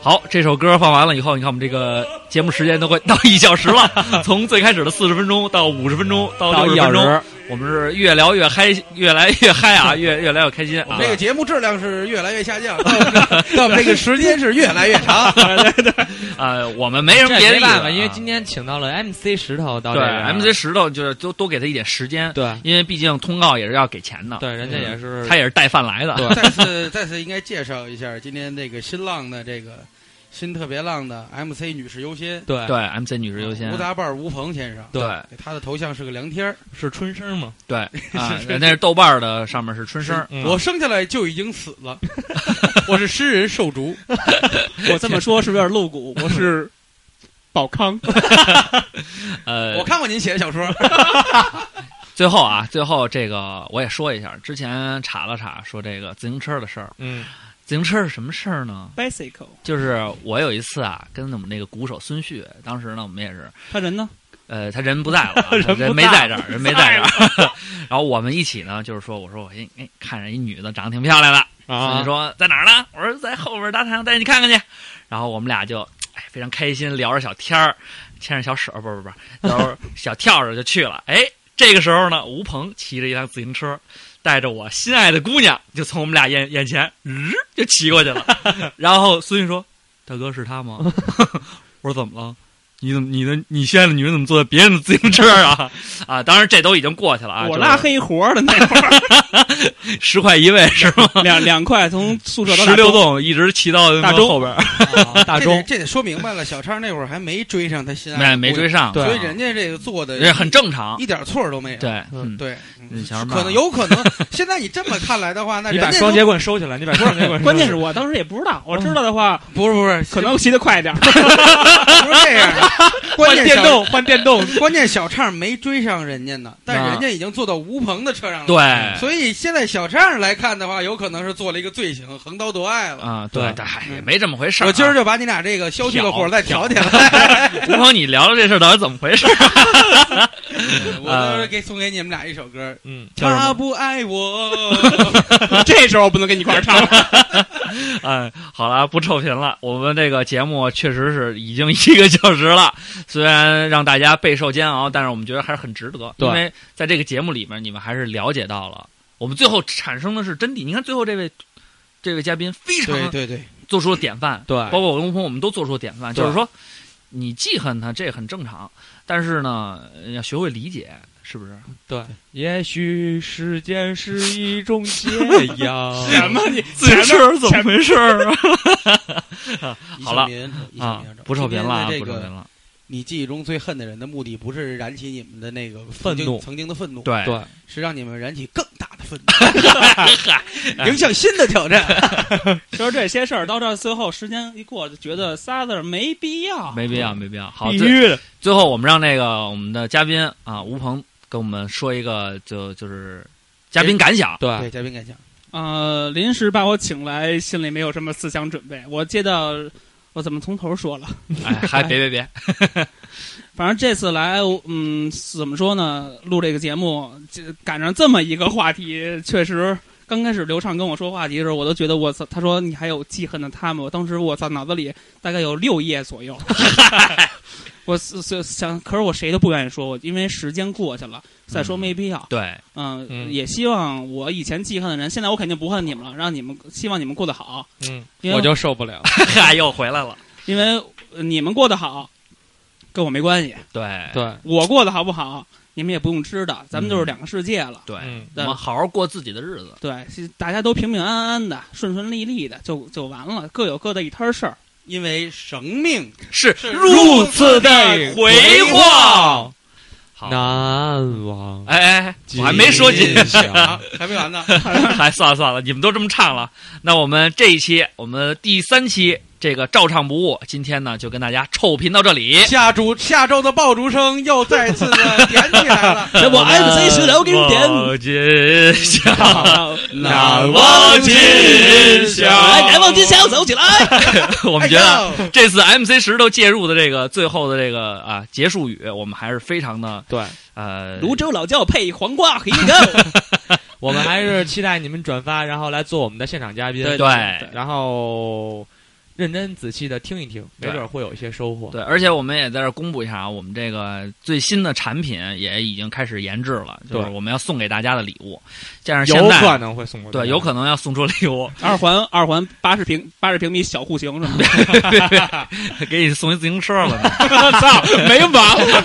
Speaker 3: 好，这首歌放完了以后，你看我们这个节目时间都快到一小时了，从最开始的四十分钟到五十分钟
Speaker 4: 到
Speaker 3: 到
Speaker 4: 一
Speaker 3: 六十
Speaker 4: 小
Speaker 3: 分钟
Speaker 4: 时，
Speaker 3: 我们是越聊越嗨，越来越嗨啊，越越来越开心
Speaker 5: 我
Speaker 3: 啊
Speaker 5: 们这！个节目质量是越来越下 降，到我们这到我们这个时间是越来越长。
Speaker 3: 啊，我们没什么别
Speaker 13: 这
Speaker 3: 的
Speaker 13: 没
Speaker 3: 意思
Speaker 13: 办法，
Speaker 3: 啊
Speaker 13: 因为今天请到了 MC 石头到这
Speaker 3: 对
Speaker 13: 儿啊
Speaker 3: MC 石头就是都多给他一点时间，
Speaker 13: 对，
Speaker 3: 因为毕竟通告也是要给钱的，嗯
Speaker 13: 对人家也是
Speaker 3: 他也是带饭来的，
Speaker 5: 再 次再次应该介绍一下今天这个新浪的这个新特别浪的 MC 女士优先，
Speaker 3: 对，MC 女士优先
Speaker 5: 吴，达伴吴鹏先生，
Speaker 3: 对，
Speaker 5: 他的头像是个凉天儿，，
Speaker 13: 是春生吗？
Speaker 3: 对啊
Speaker 5: 是
Speaker 3: 人家是豆瓣儿的上面是春生，
Speaker 6: 嗯
Speaker 3: 嗯
Speaker 5: 我生下来就已经死了， 我是诗人受竹。
Speaker 6: 我这么说是不是有点露骨？我是宝康，
Speaker 3: 呃，
Speaker 5: 我看过您写的小说，
Speaker 3: 最后啊，最后这个我也说一下，之前查了查，说这个自行车的事儿。
Speaker 13: 嗯，
Speaker 3: 自行车是什么事儿呢？
Speaker 6: bicycle，
Speaker 3: 就是我有一次啊，跟我们那个鼓手孙旭，当时呢我们也是，
Speaker 6: 他人呢？
Speaker 3: 呃，他人不在了啊，
Speaker 6: 人不在了
Speaker 3: 人没在这儿，人没在这儿。然后我们一起呢，就是说，我说我哎哎，看着一女的长得挺漂亮的，
Speaker 13: 啊
Speaker 3: 孙旭说在哪儿呢？我说在后边大太阳，带你看看去。然后我们俩就哎非常开心，聊着小天儿，牵着小手，不不不，然 后小跳着就去了。哎，这个时候呢，吴鹏骑着一辆自行车，带着我心爱的姑娘，就从我们俩眼眼前，日、就骑过去 了。然后孙运说：“大哥是他吗？” 我说：“怎么了？你怎么 你的你现在的女人怎么坐在别人的自行车啊？啊，当然这都已经过去了啊。
Speaker 6: 我
Speaker 3: 就是
Speaker 6: 拉黑活儿的那 会儿，
Speaker 3: 十块一位是吗？
Speaker 6: 两两块从宿舍到大
Speaker 3: 十六
Speaker 6: 中
Speaker 3: 栋一直骑到
Speaker 6: 大
Speaker 3: 那
Speaker 6: 中
Speaker 3: 后边儿， 大
Speaker 5: 这得
Speaker 3: 中
Speaker 5: 这得说明白了，小昌那会儿还没追上他心爱的
Speaker 3: 没
Speaker 5: 姑娘，
Speaker 3: 没追上
Speaker 5: 所以
Speaker 3: 对
Speaker 5: 人家这个做的
Speaker 3: 这很正常
Speaker 5: 一点错儿都没有。
Speaker 3: 对
Speaker 5: 嗯对，
Speaker 3: 你瞧嘛
Speaker 5: 可能有可能，现在你这么看来的话，那
Speaker 13: 你把
Speaker 5: 人家
Speaker 13: 双
Speaker 5: 都
Speaker 13: 节棍收起来，你把双节棍收起来。
Speaker 6: 关键是我当时也不知道，我知道的话，
Speaker 5: 不是不是，
Speaker 6: 可能骑得快点儿。
Speaker 5: 不是这样，嗯关键
Speaker 6: 换电
Speaker 5: 小
Speaker 6: 动换电动，，
Speaker 5: 关键小畅没追上人家呢，但
Speaker 3: 啊
Speaker 5: 人家已经坐到吴鹏的车上了。
Speaker 3: 对
Speaker 5: 所以现在小畅来看的话，有可能是做了一个罪行，横刀夺爱了。嗯
Speaker 3: 啊，对，但嗨也没这么回事儿啊。
Speaker 5: 我今儿就把你俩这个消去的火再挑起来。
Speaker 3: 吴鹏，你聊聊这事儿到底怎么回事儿？
Speaker 5: 嗯
Speaker 3: 啊
Speaker 5: 我到时候给送给你们俩一首歌，
Speaker 13: 嗯
Speaker 3: 叫什么
Speaker 5: 他不爱 我
Speaker 6: 这时候不能跟你一块儿唱了。
Speaker 3: 哎，好了，不臭贫了。我们这个节目确实是已经一个小时了，虽然让大家备受煎熬，但是我们觉得还是很值得，
Speaker 13: 对
Speaker 3: 因为在这个节目里面，你们还是了解到了我们最后产生的是真谛。你看最后这位这位嘉宾非常
Speaker 5: 对对对，
Speaker 3: 做出了典范，
Speaker 13: 对
Speaker 3: 包括我跟吴鹏，我们都做出了典范，
Speaker 13: 对
Speaker 3: 就是说你记恨他这也很正常，但是呢，要学会理解，是不是？。
Speaker 13: 对，也许时间是一种解药
Speaker 3: 什么你自行车怎么回事儿 啊 好
Speaker 5: 一小
Speaker 3: 了
Speaker 5: 民一小
Speaker 3: 啊
Speaker 5: 民
Speaker 3: 不受评了啊
Speaker 5: 今天的这
Speaker 3: 不
Speaker 5: 个
Speaker 3: 受评了。
Speaker 5: 你记忆中最恨的人的目的，不是燃起你们的那个曾
Speaker 13: 愤
Speaker 5: 经
Speaker 13: 怒
Speaker 5: 曾经的愤怒，
Speaker 13: 对对，
Speaker 5: 是让你们燃起更大的愤怒， 迎向新的挑 战。
Speaker 6: 其实这些事儿到这儿最后时间一过，就觉得仨字儿没必要。
Speaker 3: 没必要，没必要。好，
Speaker 6: 必
Speaker 3: 最
Speaker 6: 须的
Speaker 3: 最后，我们让那个我们的嘉宾啊，吴鹏跟我们说一个，就就是嘉宾感想。
Speaker 5: 对，嘉宾感想。
Speaker 6: 呃，临时把我请来，心里没有什么思想准备。我接到，我怎么从头说了？
Speaker 3: 哎，还别别别，
Speaker 6: 反正这次来，我嗯，怎么说呢？录这个节目，这赶上这么一个话题， 确实刚开始刘畅跟我说话题的时候，我都觉得我操，他说你还有记恨的他们，我当时我操，脑子里大概有六页 左右。我是是想，可是我谁都不愿意说，我因为时间过去了，再说没必要。
Speaker 3: 对，
Speaker 6: 嗯，
Speaker 3: 嗯
Speaker 6: 也希望我以前记恨的人，现在我肯定不恨你们了，让你们希望你们过得好。
Speaker 13: 嗯
Speaker 6: 因为
Speaker 13: 我就受不了
Speaker 3: 嗨，又回来了。
Speaker 6: 因为呃你们过得好，跟我没关系。
Speaker 3: 对
Speaker 13: 对，
Speaker 6: 我过得好不好，你们也不用知道，咱们就是两个世界了。
Speaker 13: 嗯
Speaker 3: 对，嗯我
Speaker 6: 对
Speaker 3: 们好好过自己的日子。
Speaker 6: 对，是大家都平平安安的、顺顺利利的，就就完了，各有各的一摊事儿。
Speaker 5: 因为生命
Speaker 3: 是
Speaker 13: 如此的回
Speaker 6: 晃。
Speaker 13: 难忘。
Speaker 3: 哎哎，哎我还没说尽
Speaker 13: 今 宵，
Speaker 5: 还没完呢
Speaker 3: 还算了算了，你们都这么唱了，那我们这一期，我们第三期这个照唱不误。今天呢，就跟大家臭贫到这里。。
Speaker 5: 下主下周的爆竹声又再次 的点起来了
Speaker 3: 我 MC 石头给你点
Speaker 8: 金宵，
Speaker 3: 难
Speaker 8: 忘今宵
Speaker 6: 来，哎难忘今宵，走起来！
Speaker 3: 我
Speaker 13: 哎
Speaker 3: 们觉得这次 MC 石头介入的这个最后的这个啊结束语，我们还是非常的
Speaker 13: 对
Speaker 3: 呃
Speaker 6: 泸州老窖配黄瓜，嘿 个
Speaker 13: 我们还 是期待你们转发，然后来做我们的现场嘉宾。
Speaker 3: 对对对哦
Speaker 13: 然后认真仔细的听一听，没准会有一些收获。
Speaker 3: 对，而且我们也在这儿公布一下啊，我们这个最新的产品也已经开始研制了，就是
Speaker 13: 对
Speaker 3: 我们要送给大家的礼物。但是现在
Speaker 13: 有可能会送给大家
Speaker 3: 对，有可能要啊送出礼物，
Speaker 6: 二环二环八十平八十平米小户型什么
Speaker 3: 的， 给你送一自行车了。
Speaker 6: 操，
Speaker 3: 没完
Speaker 6: 了，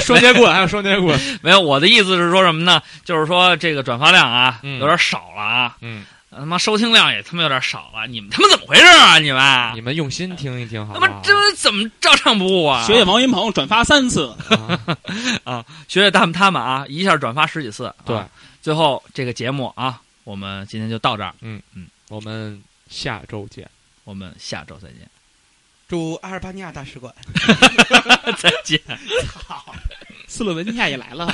Speaker 13: 双截棍还有双截棍。
Speaker 3: 没有，我的意思是说什么呢？就是说这个转发量啊，有点少了啊。
Speaker 13: 嗯。
Speaker 3: 他妈收听量也他妈有点少了，你们他妈怎么回事啊？你们
Speaker 13: 你们用心听一听，好
Speaker 3: 他
Speaker 13: 不
Speaker 3: 妈
Speaker 13: 好？
Speaker 3: 这怎么照唱不误啊？
Speaker 6: 学姐王云鹏转发三次，
Speaker 3: 啊，学姐他们他们啊，一下转发十几次。啊
Speaker 13: 对，
Speaker 3: 最后这个节目啊，我们今天就到这儿。
Speaker 13: 嗯
Speaker 3: 嗯，
Speaker 13: 我们下周见，
Speaker 3: 我们下周再见，
Speaker 5: 祝阿尔巴尼亚大使馆
Speaker 3: 再 见。
Speaker 6: 斯洛文尼亚也来 了，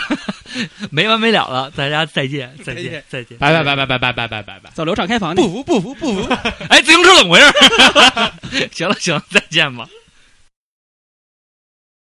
Speaker 3: 没完没了了，大家再 见，再
Speaker 6: 再
Speaker 3: 见
Speaker 6: 见，
Speaker 3: 再见，
Speaker 13: 拜拜拜拜拜拜拜拜拜拜。
Speaker 6: 走流畅开房去。
Speaker 5: 不服不服不服！
Speaker 3: 哎，自行车怎么回事？行了行了，再见吧。